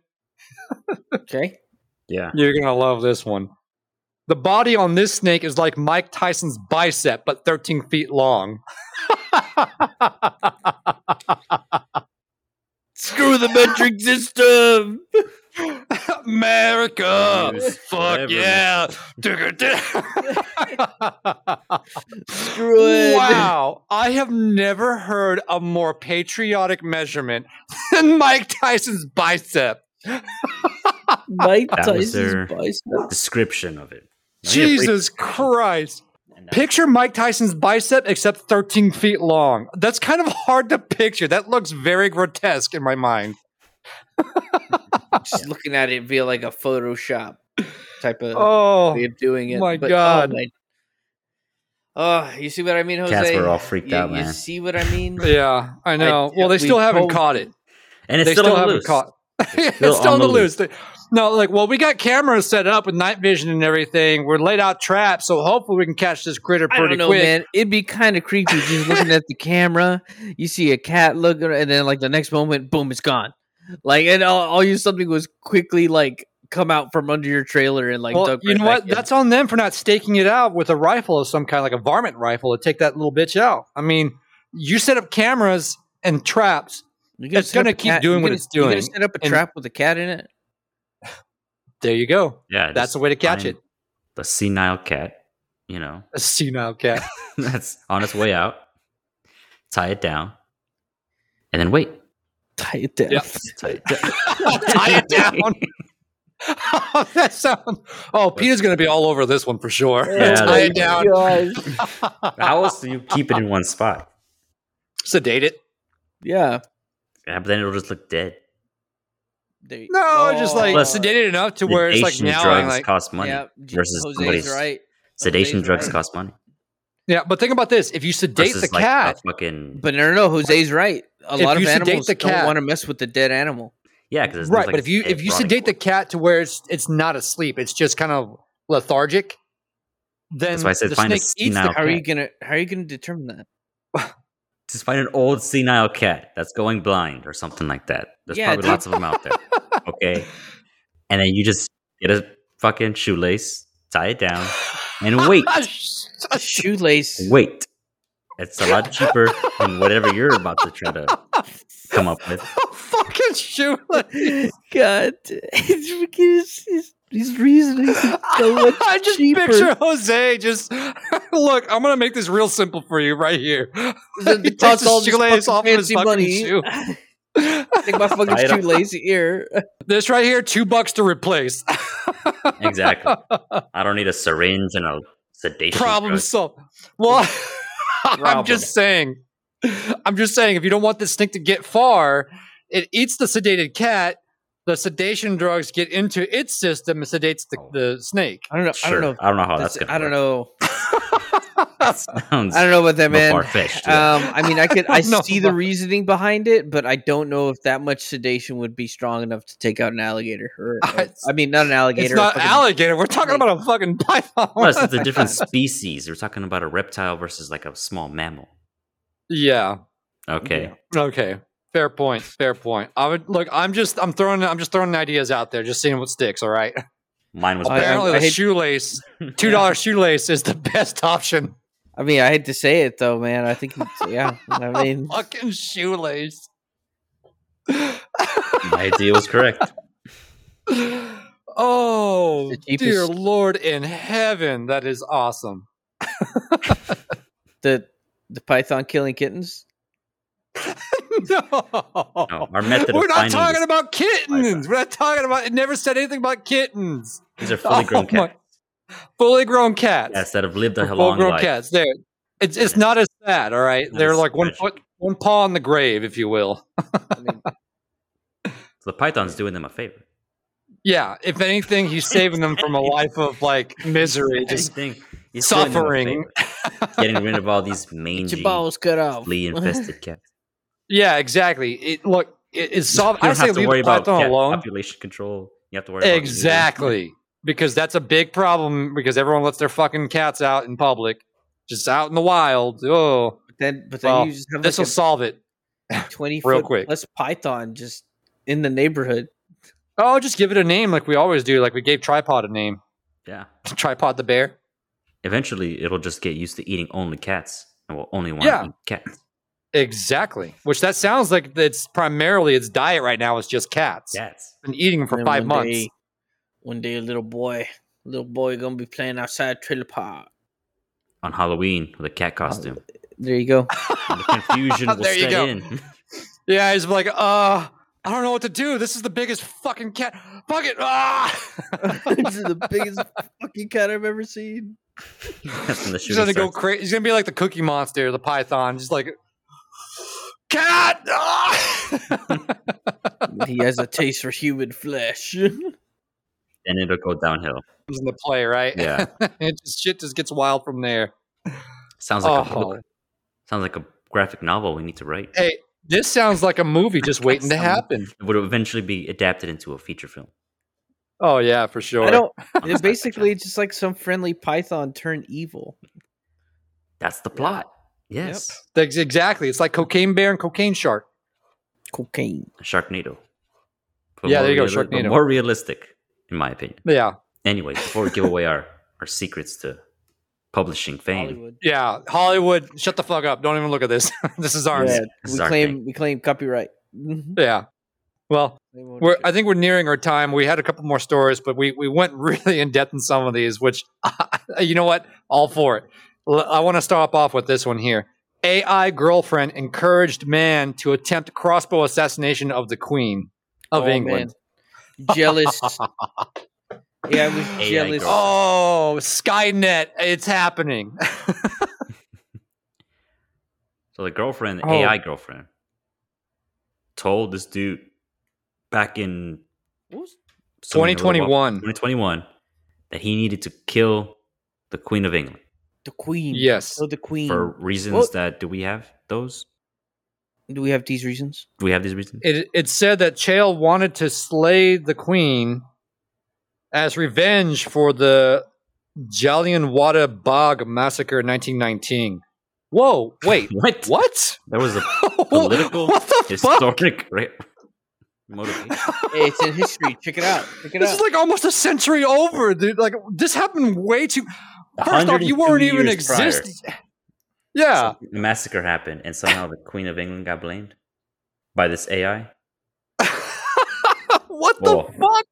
[SPEAKER 3] Okay.
[SPEAKER 2] yeah.
[SPEAKER 1] You're gonna love this one. The body on this snake is like Mike Tyson's bicep, but 13 feet long.
[SPEAKER 3] Screw the metric *laughs* system.
[SPEAKER 1] America,
[SPEAKER 2] Yes,
[SPEAKER 1] fuck
[SPEAKER 2] whatever.
[SPEAKER 1] yeah! *laughs*
[SPEAKER 3] Screw it.
[SPEAKER 1] Wow, I have never heard a more patriotic measurement *laughs* than Mike Tyson's bicep.
[SPEAKER 3] Mike
[SPEAKER 2] That was their-
[SPEAKER 3] Tyson's
[SPEAKER 2] *laughs*
[SPEAKER 3] bicep.
[SPEAKER 2] Description of it. Now, you have
[SPEAKER 1] Jesus Christ!
[SPEAKER 2] break- and, uh,
[SPEAKER 1] Picture Mike Tyson's bicep except 13 feet long. That's kind of hard to picture. That looks very grotesque in my mind.
[SPEAKER 3] Just looking at it via like a Photoshop type of
[SPEAKER 1] Oh,
[SPEAKER 3] way of doing it.
[SPEAKER 1] my
[SPEAKER 3] But,
[SPEAKER 1] God.
[SPEAKER 3] Oh, my- Oh, you see what I mean, Jose?
[SPEAKER 2] Cats were all freaked
[SPEAKER 3] you,
[SPEAKER 2] out,
[SPEAKER 3] you
[SPEAKER 2] man.
[SPEAKER 3] see what I
[SPEAKER 1] *laughs*
[SPEAKER 3] mean?
[SPEAKER 1] yeah, I know.
[SPEAKER 3] I-
[SPEAKER 1] well, they
[SPEAKER 3] we
[SPEAKER 1] still haven't
[SPEAKER 3] told-
[SPEAKER 1] caught it.
[SPEAKER 2] And it's
[SPEAKER 1] they
[SPEAKER 2] still,
[SPEAKER 1] still,
[SPEAKER 2] on the
[SPEAKER 1] haven't
[SPEAKER 2] loose.
[SPEAKER 1] caught. *laughs* it's
[SPEAKER 2] still
[SPEAKER 1] still,
[SPEAKER 2] on
[SPEAKER 1] on
[SPEAKER 2] the
[SPEAKER 1] the loose. They- No, like, well, we got cameras set up with night vision and everything. We're laid out traps, so hopefully we can catch this critter
[SPEAKER 3] I
[SPEAKER 1] pretty
[SPEAKER 3] don't know,
[SPEAKER 1] quick.
[SPEAKER 3] man.
[SPEAKER 4] It'd be kind of creepy just looking at the camera. You see a cat looking, and then like the next moment, boom, it's gone.
[SPEAKER 3] Like, and all, all you something was quickly like come out from under your trailer and like.
[SPEAKER 1] Well,
[SPEAKER 3] dug
[SPEAKER 1] you
[SPEAKER 3] right
[SPEAKER 1] know what?
[SPEAKER 3] back in.
[SPEAKER 1] That's on them for not staking it out with a rifle of some kind, like a varmint rifle, to take that little bitch out. I mean, you set up cameras and traps.
[SPEAKER 3] You gotta
[SPEAKER 1] it's
[SPEAKER 3] set up
[SPEAKER 1] gonna
[SPEAKER 3] a
[SPEAKER 1] keep
[SPEAKER 3] cat-
[SPEAKER 1] doing
[SPEAKER 3] you
[SPEAKER 1] what
[SPEAKER 3] gotta-
[SPEAKER 1] it's
[SPEAKER 3] you gotta
[SPEAKER 1] doing,
[SPEAKER 3] set up a
[SPEAKER 1] and-
[SPEAKER 3] trap with a cat in it.
[SPEAKER 1] There you go.
[SPEAKER 2] Yeah,
[SPEAKER 1] That's
[SPEAKER 2] just
[SPEAKER 1] the way to catch
[SPEAKER 2] find
[SPEAKER 1] it.
[SPEAKER 2] The senile cat, you know, *laughs*
[SPEAKER 1] A senile cat.
[SPEAKER 2] that's on its way out. Tie it down, and then wait.
[SPEAKER 4] Tie it down.
[SPEAKER 1] Yeah. *laughs*
[SPEAKER 2] Tie it down.
[SPEAKER 1] Tie
[SPEAKER 2] *laughs*
[SPEAKER 1] it down. *laughs* that sound. Oh, Peter's going to be all over this one for sure.
[SPEAKER 2] Yeah,
[SPEAKER 1] Tie
[SPEAKER 2] that's-
[SPEAKER 1] it down.
[SPEAKER 3] *laughs*
[SPEAKER 2] How else do you keep it in one spot?
[SPEAKER 1] Sedate it.
[SPEAKER 4] Yeah.
[SPEAKER 2] Yeah, but then it'll just look dead.
[SPEAKER 3] They-
[SPEAKER 1] No, just like
[SPEAKER 2] Plus,
[SPEAKER 1] sedated enough to where it's like
[SPEAKER 2] Sedation
[SPEAKER 1] meowing.
[SPEAKER 2] drugs
[SPEAKER 1] Like,
[SPEAKER 2] cost money.
[SPEAKER 3] Oh. yeah, J-
[SPEAKER 2] versus
[SPEAKER 3] Jose's
[SPEAKER 2] somebody's
[SPEAKER 3] right.
[SPEAKER 2] Sedation
[SPEAKER 3] Jose's
[SPEAKER 2] drugs
[SPEAKER 3] right.
[SPEAKER 2] cost money.
[SPEAKER 1] yeah, but think about this: if you sedate
[SPEAKER 2] Versus
[SPEAKER 1] the
[SPEAKER 2] like
[SPEAKER 1] cat,
[SPEAKER 2] a fucking
[SPEAKER 3] But no, no, no, Jose's right. A
[SPEAKER 1] If
[SPEAKER 3] lot of
[SPEAKER 1] you sedate
[SPEAKER 3] animals
[SPEAKER 1] the
[SPEAKER 3] don't
[SPEAKER 1] cat-
[SPEAKER 3] want to mess with the dead animal.
[SPEAKER 2] yeah, because
[SPEAKER 1] right? but if you if you sedate the cat to where it's it's not asleep, it's just kind of lethargic. Then
[SPEAKER 2] That's why I said
[SPEAKER 1] the
[SPEAKER 2] find a
[SPEAKER 1] snake eats the
[SPEAKER 2] senile
[SPEAKER 3] How are
[SPEAKER 2] Okay.
[SPEAKER 3] you gonna? How are you gonna determine
[SPEAKER 1] *laughs*
[SPEAKER 3] that?
[SPEAKER 2] just find an old senile cat that's going blind or something like that. There's
[SPEAKER 3] Yeah,
[SPEAKER 2] probably
[SPEAKER 3] dude.
[SPEAKER 2] lots of them
[SPEAKER 3] *laughs*
[SPEAKER 2] out there. Okay, and then you just get a fucking shoelace, tie it down, and
[SPEAKER 3] *laughs*
[SPEAKER 2] wait,
[SPEAKER 1] *laughs*
[SPEAKER 3] A shoelace.
[SPEAKER 2] wait. It's a lot cheaper than whatever you're about to try to come up with.
[SPEAKER 1] fucking shoelace.
[SPEAKER 3] *laughs* God, *laughs* it's freaking his, his, his reasoning
[SPEAKER 1] *laughs*
[SPEAKER 3] is so much
[SPEAKER 1] I just
[SPEAKER 3] cheaper.
[SPEAKER 1] picture Jose just *laughs* look. I'm gonna make this real simple for you right here.
[SPEAKER 3] Then
[SPEAKER 1] He
[SPEAKER 3] it
[SPEAKER 1] takes
[SPEAKER 3] costs
[SPEAKER 1] his
[SPEAKER 3] all this
[SPEAKER 1] shoelace
[SPEAKER 3] fucking
[SPEAKER 1] off of his
[SPEAKER 3] fancy
[SPEAKER 1] fucking
[SPEAKER 3] money.
[SPEAKER 1] shoe.
[SPEAKER 3] *laughs* Take
[SPEAKER 2] *laughs*
[SPEAKER 3] my fucking
[SPEAKER 2] Right on.
[SPEAKER 3] shoelace here.
[SPEAKER 1] this right here, two bucks to replace.
[SPEAKER 3] *laughs*
[SPEAKER 2] Exactly. I don't need a syringe and a sedation.
[SPEAKER 1] Problem
[SPEAKER 2] drug.
[SPEAKER 1] solved. Well, *laughs* I'm
[SPEAKER 2] Problem.
[SPEAKER 1] just saying. I'm just saying. If you don't want this snake to get far, it eats the sedated cat. The sedation drugs get into its system and sedates the,
[SPEAKER 3] Oh.
[SPEAKER 1] the snake.
[SPEAKER 3] *laughs* I don't know. I
[SPEAKER 2] Sure.
[SPEAKER 3] don't know. if
[SPEAKER 2] I don't know how that's,
[SPEAKER 3] that's-
[SPEAKER 2] gonna.
[SPEAKER 3] I don't
[SPEAKER 2] work.
[SPEAKER 3] know.
[SPEAKER 2] *laughs* Sounds
[SPEAKER 3] I don't know about that, man.
[SPEAKER 2] far fetched.
[SPEAKER 3] Um, I mean, I could
[SPEAKER 1] *laughs* I
[SPEAKER 3] I,
[SPEAKER 1] don't know
[SPEAKER 3] see the
[SPEAKER 1] about-
[SPEAKER 3] reasoning behind it, but I don't know if that much sedation would be strong enough to take out an alligator. Or,
[SPEAKER 1] *laughs*
[SPEAKER 3] or-
[SPEAKER 1] It's-
[SPEAKER 3] I mean, not an alligator.
[SPEAKER 1] It's
[SPEAKER 3] a
[SPEAKER 1] not
[SPEAKER 3] fucking-
[SPEAKER 1] alligator. We're talking about a fucking python. *laughs*
[SPEAKER 2] Plus, it's a different species. We're talking about a reptile versus like a small mammal.
[SPEAKER 1] yeah.
[SPEAKER 2] Okay.
[SPEAKER 1] Okay. Fair point. Fair point. I would look. I'm just. I'm throwing. I'm just throwing ideas out there. Just seeing what sticks. All right.
[SPEAKER 2] Mine was
[SPEAKER 3] I-
[SPEAKER 2] better.
[SPEAKER 1] Apparently,
[SPEAKER 3] I
[SPEAKER 1] the
[SPEAKER 3] hate- *laughs*
[SPEAKER 1] shoelace, two dollar shoelace, is the *laughs* best option.
[SPEAKER 3] I mean, I hate to say it though, man. I think, it's, yeah.
[SPEAKER 1] *laughs*
[SPEAKER 3] I mean,
[SPEAKER 1] Fucking shoelace.
[SPEAKER 2] My idea was correct.
[SPEAKER 1] oh, *gasps*
[SPEAKER 3] The cheapest-
[SPEAKER 1] dear Lord in heaven, that is awesome. *laughs*
[SPEAKER 3] the the python killing kittens.
[SPEAKER 1] no. *laughs*
[SPEAKER 2] No, our method
[SPEAKER 1] We're
[SPEAKER 2] of
[SPEAKER 1] not
[SPEAKER 2] finding
[SPEAKER 1] talking
[SPEAKER 2] this-
[SPEAKER 1] about kittens. We're not talking about. It never said anything about kittens.
[SPEAKER 2] These are fully grown
[SPEAKER 1] *laughs* Oh my-
[SPEAKER 2] cats.
[SPEAKER 1] Fully grown cats.
[SPEAKER 2] Cats that have
[SPEAKER 1] *laughs*
[SPEAKER 2] lived
[SPEAKER 1] They're
[SPEAKER 2] a long
[SPEAKER 1] full-grown
[SPEAKER 2] life.
[SPEAKER 1] cats. There, it's it's
[SPEAKER 2] Yeah.
[SPEAKER 1] not as sad. All right,
[SPEAKER 2] Not
[SPEAKER 1] they're
[SPEAKER 2] as
[SPEAKER 1] like one
[SPEAKER 2] tragic.
[SPEAKER 1] foot, one paw in the grave, if you will.
[SPEAKER 3] I
[SPEAKER 1] *laughs*
[SPEAKER 3] mean,
[SPEAKER 2] So the python's doing them a favor.
[SPEAKER 1] Yeah, if anything,
[SPEAKER 2] *laughs*
[SPEAKER 1] he's saving them from a life of like misery. Just
[SPEAKER 2] Anything- he's doing them a
[SPEAKER 1] suffering. *laughs*
[SPEAKER 2] favor. Getting rid of all these mangy,
[SPEAKER 3] your balls cut off.
[SPEAKER 1] *laughs*
[SPEAKER 2] flea infested cats.
[SPEAKER 1] yeah, exactly. It look, it, it's solved. I
[SPEAKER 2] You don't
[SPEAKER 1] say
[SPEAKER 2] have to
[SPEAKER 1] leave
[SPEAKER 2] worry
[SPEAKER 1] the
[SPEAKER 2] about
[SPEAKER 1] python
[SPEAKER 2] cat
[SPEAKER 1] alone.
[SPEAKER 2] population control. You have to worry about
[SPEAKER 1] Exactly, because that's a big problem. Because everyone lets their fucking cats out in public, just out in the wild. Oh,
[SPEAKER 3] *laughs* But then, but then
[SPEAKER 1] Well,
[SPEAKER 3] you just have
[SPEAKER 1] this will
[SPEAKER 3] like
[SPEAKER 1] solve it.
[SPEAKER 3] a twenty
[SPEAKER 1] real
[SPEAKER 3] foot
[SPEAKER 1] quick.
[SPEAKER 3] plus python just in the neighborhood.
[SPEAKER 1] Oh, just give it a name, like we always do. Like we gave tripod a name. *laughs*
[SPEAKER 2] Yeah.
[SPEAKER 1] Tripod the bear.
[SPEAKER 2] Eventually, it'll just get used to eating only cats, and will only want
[SPEAKER 1] Yeah.
[SPEAKER 2] to eat cats.
[SPEAKER 1] Exactly. Which that sounds like it's primarily its diet right now is just cats.
[SPEAKER 2] Cats.
[SPEAKER 1] Been eating them
[SPEAKER 3] And
[SPEAKER 1] for
[SPEAKER 3] then
[SPEAKER 1] five
[SPEAKER 3] one
[SPEAKER 1] months. *laughs*
[SPEAKER 3] day- one day, a little boy, little boy, gonna be playing outside trailer park.
[SPEAKER 2] On Halloween with a cat costume.
[SPEAKER 3] There you go.
[SPEAKER 2] And the
[SPEAKER 1] *laughs*
[SPEAKER 2] confusion will
[SPEAKER 1] There you
[SPEAKER 2] set
[SPEAKER 1] go.
[SPEAKER 2] in. *laughs*
[SPEAKER 1] Yeah, he's like, uh, I don't know what to do. This is the biggest fucking cat. Fuck it. Ah!
[SPEAKER 3] *laughs* this is the biggest fucking cat I've ever seen.
[SPEAKER 2] That's when the
[SPEAKER 1] he's
[SPEAKER 2] shooting
[SPEAKER 1] gonna go
[SPEAKER 2] starts.
[SPEAKER 1] crazy. He's gonna be like the Cookie Monster, the Python, just like cat. *laughs* Ah!
[SPEAKER 3] He has a taste for human *laughs* flesh.
[SPEAKER 2] Then it'll go downhill.
[SPEAKER 1] Comes into play, right?
[SPEAKER 2] Yeah.
[SPEAKER 1] *laughs* it just shit just gets wild from there.
[SPEAKER 2] Sounds like a
[SPEAKER 1] Oh. Eh.
[SPEAKER 2] book. Sounds like a graphic novel we need to write.
[SPEAKER 1] Hey, this sounds like a movie just waiting to
[SPEAKER 2] Some-
[SPEAKER 1] happen.
[SPEAKER 2] It would eventually be adapted into a feature film.
[SPEAKER 1] Oh yeah, for sure. *laughs*
[SPEAKER 3] I don't.
[SPEAKER 2] Honestly,
[SPEAKER 3] It's basically just like some friendly python turned evil.
[SPEAKER 2] That's the plot. Yes.
[SPEAKER 1] That's exactly. It's like Cocaine Bear and Cocaine Shark.
[SPEAKER 3] Cocaine.
[SPEAKER 2] Sharknado. But
[SPEAKER 1] Yeah, there you go,
[SPEAKER 2] reali- but
[SPEAKER 1] Sharknado.
[SPEAKER 2] More realistic, in my opinion.
[SPEAKER 1] Yeah.
[SPEAKER 2] Anyway, before we give away our, *laughs* our secrets to publishing fame,
[SPEAKER 3] Hollywood.
[SPEAKER 1] Yeah. Hollywood, shut the fuck up. Don't even look at this. *laughs* this is ours.
[SPEAKER 3] Yeah,
[SPEAKER 2] This
[SPEAKER 3] we
[SPEAKER 2] is our
[SPEAKER 3] claim
[SPEAKER 2] thing.
[SPEAKER 3] we claim copyright. Mhm.
[SPEAKER 1] Yeah. Well,
[SPEAKER 3] Claim
[SPEAKER 1] we're,
[SPEAKER 3] ownership.
[SPEAKER 1] I think we're nearing our time. We had a couple more stories, but we, we went *laughs* really in depth in some of these, which, *laughs* you know what? All for it. L- I want to start off with this one here. AI girlfriend encouraged man to attempt crossbow assassination of the Queen of
[SPEAKER 3] Oh,
[SPEAKER 1] England. *laughs*
[SPEAKER 3] man. Jealous. yeah, I was
[SPEAKER 2] AI
[SPEAKER 3] jealous.
[SPEAKER 2] girl.
[SPEAKER 1] Oh, Skynet. It's happening. *laughs*
[SPEAKER 2] so the girlfriend,
[SPEAKER 1] Oh.
[SPEAKER 2] AI girlfriend, told this dude back in
[SPEAKER 3] What was-
[SPEAKER 2] somewhere in the world-
[SPEAKER 1] 2021.
[SPEAKER 2] 2021 that he needed to kill the Queen of England
[SPEAKER 3] The queen.
[SPEAKER 1] Yes.
[SPEAKER 3] So the queen.
[SPEAKER 2] for reasons
[SPEAKER 3] Well-
[SPEAKER 2] that do we have those?
[SPEAKER 3] Do we have these reasons?
[SPEAKER 2] Do we have these reasons?
[SPEAKER 1] it, it said that Chael wanted to slay the queen as revenge for the Jallianwada Bog massacre in 1919. Whoa, wait,
[SPEAKER 2] *laughs* what?
[SPEAKER 1] *laughs* what?
[SPEAKER 2] There was a Political
[SPEAKER 1] Political? *laughs* what the fuck?
[SPEAKER 2] historic ra- motivation.
[SPEAKER 3] Hey, it's in history. Check it out. Check it
[SPEAKER 1] This
[SPEAKER 3] out.
[SPEAKER 1] is like almost a century over, dude. Like this happened way too. First
[SPEAKER 2] *laughs*
[SPEAKER 1] off, you weren't
[SPEAKER 2] 102
[SPEAKER 1] even
[SPEAKER 2] years prior.
[SPEAKER 1] existing. Yeah,
[SPEAKER 2] *laughs* So the massacre happened, and somehow the Queen of England got blamed by this AI.
[SPEAKER 1] What
[SPEAKER 2] Whoa.
[SPEAKER 1] the fuck?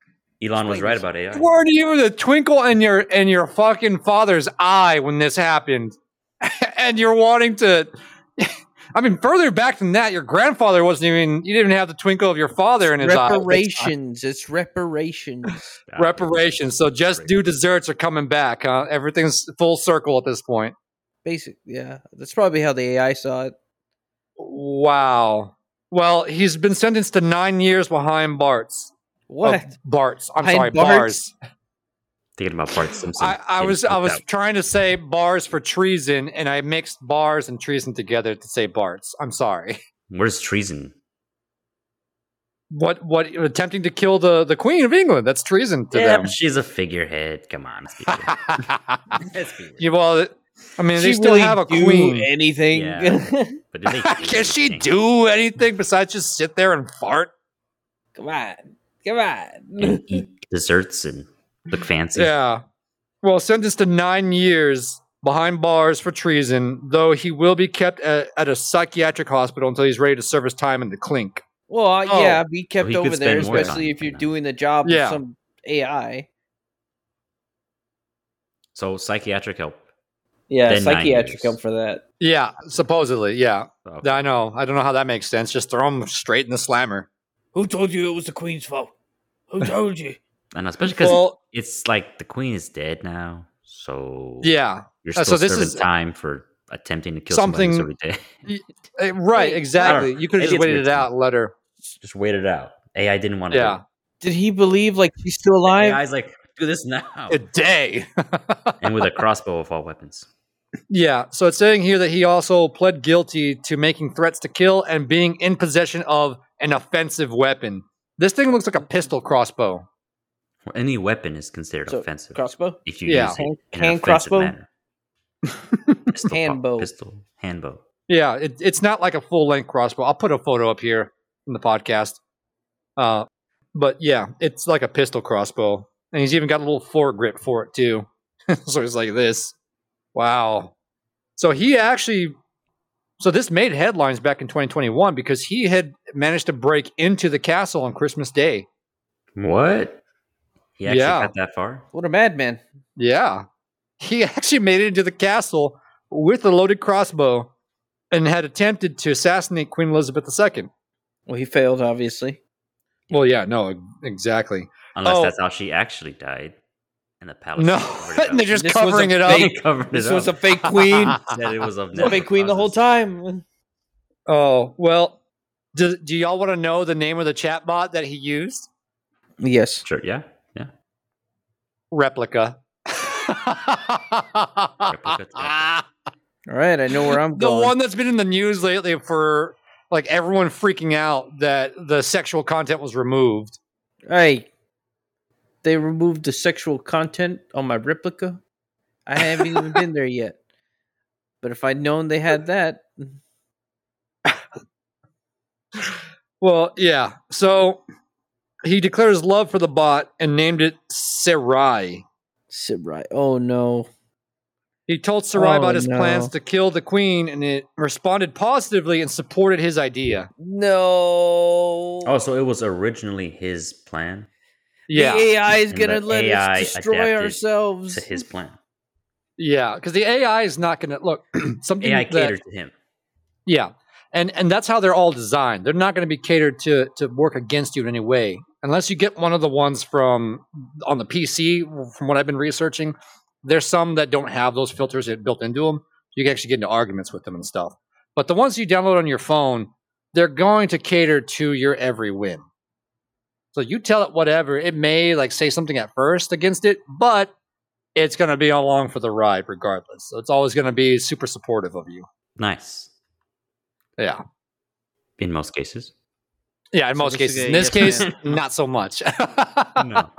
[SPEAKER 2] Elon was right about AI.
[SPEAKER 1] Weren't you the twinkle in your in your fucking father's eye when this happened? *laughs* and you're wanting to *laughs* I mean, further back than that, your grandfather wasn't even you didn't even have the twinkle of your father in his eye.
[SPEAKER 4] reparations. It's reparations.
[SPEAKER 2] Yeah.
[SPEAKER 1] Reparations. So just do desserts are coming back, huh? Everything's full circle at this point.
[SPEAKER 4] Basic. Yeah, that's probably how the AI saw it.
[SPEAKER 1] Wow. Well, he's been sentenced to nine years behind Bart's. Oh,
[SPEAKER 4] What?
[SPEAKER 1] Bart's. I'm
[SPEAKER 4] Behind
[SPEAKER 1] sorry,
[SPEAKER 4] Bart's?
[SPEAKER 1] bars.
[SPEAKER 2] Thinking about Bart Simpson.
[SPEAKER 1] I, I
[SPEAKER 2] getting
[SPEAKER 1] was I
[SPEAKER 2] kicked
[SPEAKER 1] was
[SPEAKER 2] out.
[SPEAKER 1] trying to say bars for treason, and I mixed bars and treason together to say Bart's. I'm sorry.
[SPEAKER 2] Where's treason?
[SPEAKER 1] What what attempting to kill the the Queen of England? That's treason to
[SPEAKER 2] Yeah,
[SPEAKER 1] them. *laughs*
[SPEAKER 2] but she's a figurehead. Come on. let's be real. Let's be real.
[SPEAKER 1] *laughs* yeah, well, I mean, they
[SPEAKER 4] She
[SPEAKER 1] still
[SPEAKER 4] really
[SPEAKER 1] have a
[SPEAKER 4] do
[SPEAKER 1] queen.
[SPEAKER 4] Anything?
[SPEAKER 2] Yeah. But did
[SPEAKER 1] *laughs*
[SPEAKER 2] they
[SPEAKER 1] Can she
[SPEAKER 2] anything?
[SPEAKER 1] do anything besides just sit there and fart?
[SPEAKER 4] *laughs* Come on. Come on.
[SPEAKER 1] *laughs*
[SPEAKER 2] and eat desserts and look fancy.
[SPEAKER 1] Yeah. Well, sentenced to nine years behind bars for treason, though he will be kept at, at a psychiatric hospital until he's ready to serve his time in the clink.
[SPEAKER 4] *laughs* Well, uh,
[SPEAKER 1] Oh.
[SPEAKER 4] yeah, be kept
[SPEAKER 2] he could
[SPEAKER 4] over there,
[SPEAKER 2] spend more time
[SPEAKER 4] especially if
[SPEAKER 2] than
[SPEAKER 4] you're
[SPEAKER 2] that.
[SPEAKER 4] doing the job
[SPEAKER 1] Yeah.
[SPEAKER 4] of some AI.
[SPEAKER 2] So psychiatric help.
[SPEAKER 4] Yeah,
[SPEAKER 2] Then nine
[SPEAKER 4] psychiatric
[SPEAKER 2] years.
[SPEAKER 4] help for that.
[SPEAKER 1] Yeah, supposedly. Yeah.
[SPEAKER 2] Oh,
[SPEAKER 1] I know. I don't know how that makes sense. Just throw him straight in the slammer.
[SPEAKER 4] Who told you it was the queen's fault? *laughs* Who told you?
[SPEAKER 2] and especially because
[SPEAKER 1] Well,
[SPEAKER 2] it's like the queen is dead now, so
[SPEAKER 1] yeah.
[SPEAKER 2] you're
[SPEAKER 1] Uh, so
[SPEAKER 2] still
[SPEAKER 1] this
[SPEAKER 2] serving
[SPEAKER 1] is-
[SPEAKER 2] time for attempting to kill
[SPEAKER 1] Something-
[SPEAKER 2] somebody who's already dead.
[SPEAKER 1] Eh, Right,
[SPEAKER 4] Wait,
[SPEAKER 1] exactly. You could have
[SPEAKER 2] maybe
[SPEAKER 1] just
[SPEAKER 2] it's
[SPEAKER 1] waited it
[SPEAKER 2] weird to
[SPEAKER 1] out and let her.
[SPEAKER 2] *laughs* Just wait it out. AI didn't want to.
[SPEAKER 1] Yeah.
[SPEAKER 4] Did he believe like she's still
[SPEAKER 2] wait.
[SPEAKER 4] alive?
[SPEAKER 2] AI's like do this now,
[SPEAKER 1] A day.
[SPEAKER 2] *laughs*
[SPEAKER 1] *laughs*
[SPEAKER 2] and with a crossbow of all weapons.
[SPEAKER 1] Yeah, so it's saying here that he also pled guilty to making threats to kill and being in possession of an offensive weapon. This thing looks like a pistol crossbow.
[SPEAKER 2] Well, any weapon is considered
[SPEAKER 4] So,
[SPEAKER 2] offensive
[SPEAKER 4] Crossbow?
[SPEAKER 2] if you
[SPEAKER 1] Yeah.
[SPEAKER 2] use it
[SPEAKER 4] Hand,
[SPEAKER 2] in an
[SPEAKER 4] hand
[SPEAKER 2] offensive
[SPEAKER 4] crossbow?
[SPEAKER 1] *laughs*
[SPEAKER 2] manner. Pistol,
[SPEAKER 4] Hand
[SPEAKER 2] po-
[SPEAKER 4] bow.
[SPEAKER 2] pistol, hand bow.
[SPEAKER 1] Yeah, it, it's not like a full length crossbow. I'll put a photo up here in the podcast. Uh, but yeah, it's like a pistol crossbow, and he's even got a little foregrip for it too. *laughs* so he's like this. Wow. So he actually, so this made headlines back in 2021 because he had managed to break into the castle on Christmas Day.
[SPEAKER 2] What? He actually
[SPEAKER 1] Yeah.
[SPEAKER 2] got that far.
[SPEAKER 4] What a madman.
[SPEAKER 1] Yeah. He *laughs* actually made it into the castle with a loaded crossbow and had attempted to assassinate Queen Elizabeth II.
[SPEAKER 4] Well, he failed, obviously.
[SPEAKER 1] Well, yeah, no, e- exactly.
[SPEAKER 2] Unless
[SPEAKER 1] Oh.
[SPEAKER 2] that's how she actually died in the palace.
[SPEAKER 1] No, *laughs*
[SPEAKER 2] covered it
[SPEAKER 1] and they're
[SPEAKER 2] up.
[SPEAKER 1] just
[SPEAKER 4] This was a
[SPEAKER 1] covering *laughs* it up.
[SPEAKER 2] *laughs* they covered it
[SPEAKER 4] This
[SPEAKER 2] up.
[SPEAKER 4] was a fake *laughs*
[SPEAKER 2] *laughs*
[SPEAKER 4] queen.
[SPEAKER 2] Said it was of
[SPEAKER 4] This was a fake queen the whole
[SPEAKER 2] *laughs*
[SPEAKER 4] time.
[SPEAKER 1] Oh, well, do, do y'all want to know the name of the chatbot that he used?
[SPEAKER 4] Yes.
[SPEAKER 2] Sure. Yeah. Yeah.
[SPEAKER 1] Replica. *laughs*
[SPEAKER 2] Replica.
[SPEAKER 4] All right, I know where I'm
[SPEAKER 1] the
[SPEAKER 4] going.
[SPEAKER 1] one that's been in the news lately for like everyone freaking out that the sexual content was removed.
[SPEAKER 4] Hey, they removed the sexual content on my replica. I haven't even been there yet. But if I'd known they had that,
[SPEAKER 1] Well, yeah. So he declared his love for the bot and named it Sarai.
[SPEAKER 4] sit right. Oh no.
[SPEAKER 1] He told Sarai
[SPEAKER 4] Oh,
[SPEAKER 1] about his
[SPEAKER 4] no.
[SPEAKER 1] plans to kill the queen, and it responded positively and supported his idea.
[SPEAKER 4] No.
[SPEAKER 2] Oh, so it was originally his plan
[SPEAKER 1] Yeah,
[SPEAKER 4] The AI is
[SPEAKER 2] And
[SPEAKER 4] going
[SPEAKER 2] the
[SPEAKER 4] to let
[SPEAKER 2] AI
[SPEAKER 4] us destroy
[SPEAKER 2] adapted
[SPEAKER 4] ourselves.
[SPEAKER 3] *laughs*
[SPEAKER 2] to his plan.
[SPEAKER 1] yeah. Because the AI is not going to look *clears throat* something.
[SPEAKER 2] AI
[SPEAKER 1] that-
[SPEAKER 2] catered to him.
[SPEAKER 1] yeah, and and that's how they're all designed. They're not going to be catered to to work against you in any way, unless you get one of the ones from on the PC. From what I've been researching, there's some that don't have those filters that built into them. You can actually get into arguments with them and stuff. But the ones you download on your phone, they're going to cater to your every whim. So you tell it whatever. It may like say something at first against it, but it's going to be along for the ride regardless. So it's always going to be super supportive of you.
[SPEAKER 2] Nice.
[SPEAKER 1] Yeah.
[SPEAKER 2] In most
[SPEAKER 1] *laughs*
[SPEAKER 2] cases.
[SPEAKER 1] Yeah, in
[SPEAKER 4] So
[SPEAKER 1] most
[SPEAKER 4] this is
[SPEAKER 1] cases.
[SPEAKER 4] a
[SPEAKER 1] In this
[SPEAKER 4] yes
[SPEAKER 1] case, not so much. *laughs*
[SPEAKER 2] No.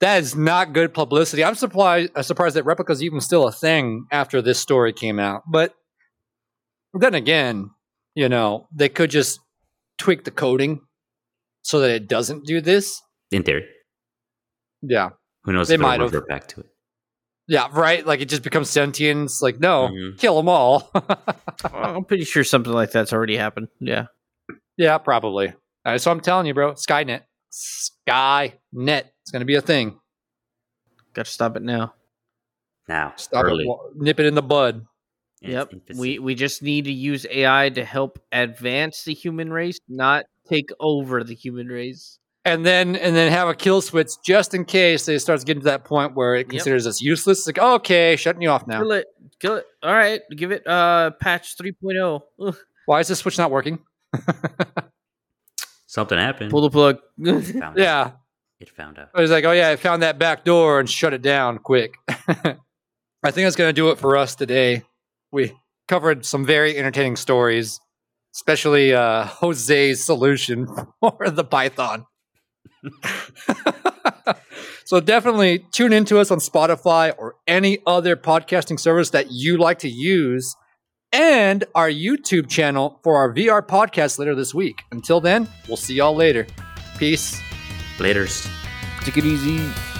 [SPEAKER 1] that is not good publicity. I'm surprised, uh, surprised that replica's even still a thing after this story came out. But then again, you know, they could just tweak the coding so that it doesn't do this.
[SPEAKER 2] In theory.
[SPEAKER 1] Yeah.
[SPEAKER 2] Who knows
[SPEAKER 1] They
[SPEAKER 2] if
[SPEAKER 1] might
[SPEAKER 2] they'll
[SPEAKER 1] have.
[SPEAKER 2] revert back to it.
[SPEAKER 1] Yeah, right? Like it just becomes sentient. It's like, no, kill 'em
[SPEAKER 2] Mhm.
[SPEAKER 1] kill them all. *laughs*
[SPEAKER 4] I'm pretty sure something like that's already happened. Yeah.
[SPEAKER 1] yeah, probably. All right, so I'm telling you, bro, Skynet, Skynet, it's going to be a thing.
[SPEAKER 3] Got to stop it now.
[SPEAKER 2] Now,
[SPEAKER 1] Stop
[SPEAKER 2] early.
[SPEAKER 1] it, wa- nip it in the bud.
[SPEAKER 2] in its
[SPEAKER 3] yep.
[SPEAKER 2] infancy.
[SPEAKER 3] We we just need to use AI to help advance the human race, not take over the human race.
[SPEAKER 1] and then and then have a kill switch just in case it starts getting to that point where it
[SPEAKER 3] Yep.
[SPEAKER 1] considers us useless. It's like, okay, shutting you off now.
[SPEAKER 3] Kill it. Kill it. All right. Give it uh patch oh. 3.0. Ugh.
[SPEAKER 1] Why is this switch not working?
[SPEAKER 2] something happened.
[SPEAKER 3] Pull the plug. *laughs*
[SPEAKER 2] It found out.
[SPEAKER 1] *laughs* Yeah.
[SPEAKER 2] it found out.
[SPEAKER 1] It's like, oh yeah, I found that back door and shut it down quick. *laughs* I think that's gonna do it for us today. We covered some very entertaining stories, especially uh, Jose's solution *laughs* for the Python. *laughs* so definitely tune into us on Spotify or any other podcasting service that you like to use and our YouTube channel for our VR podcast later this week. Until then, we'll see y'all later. Peace.
[SPEAKER 2] Later's.
[SPEAKER 5] Take it easy.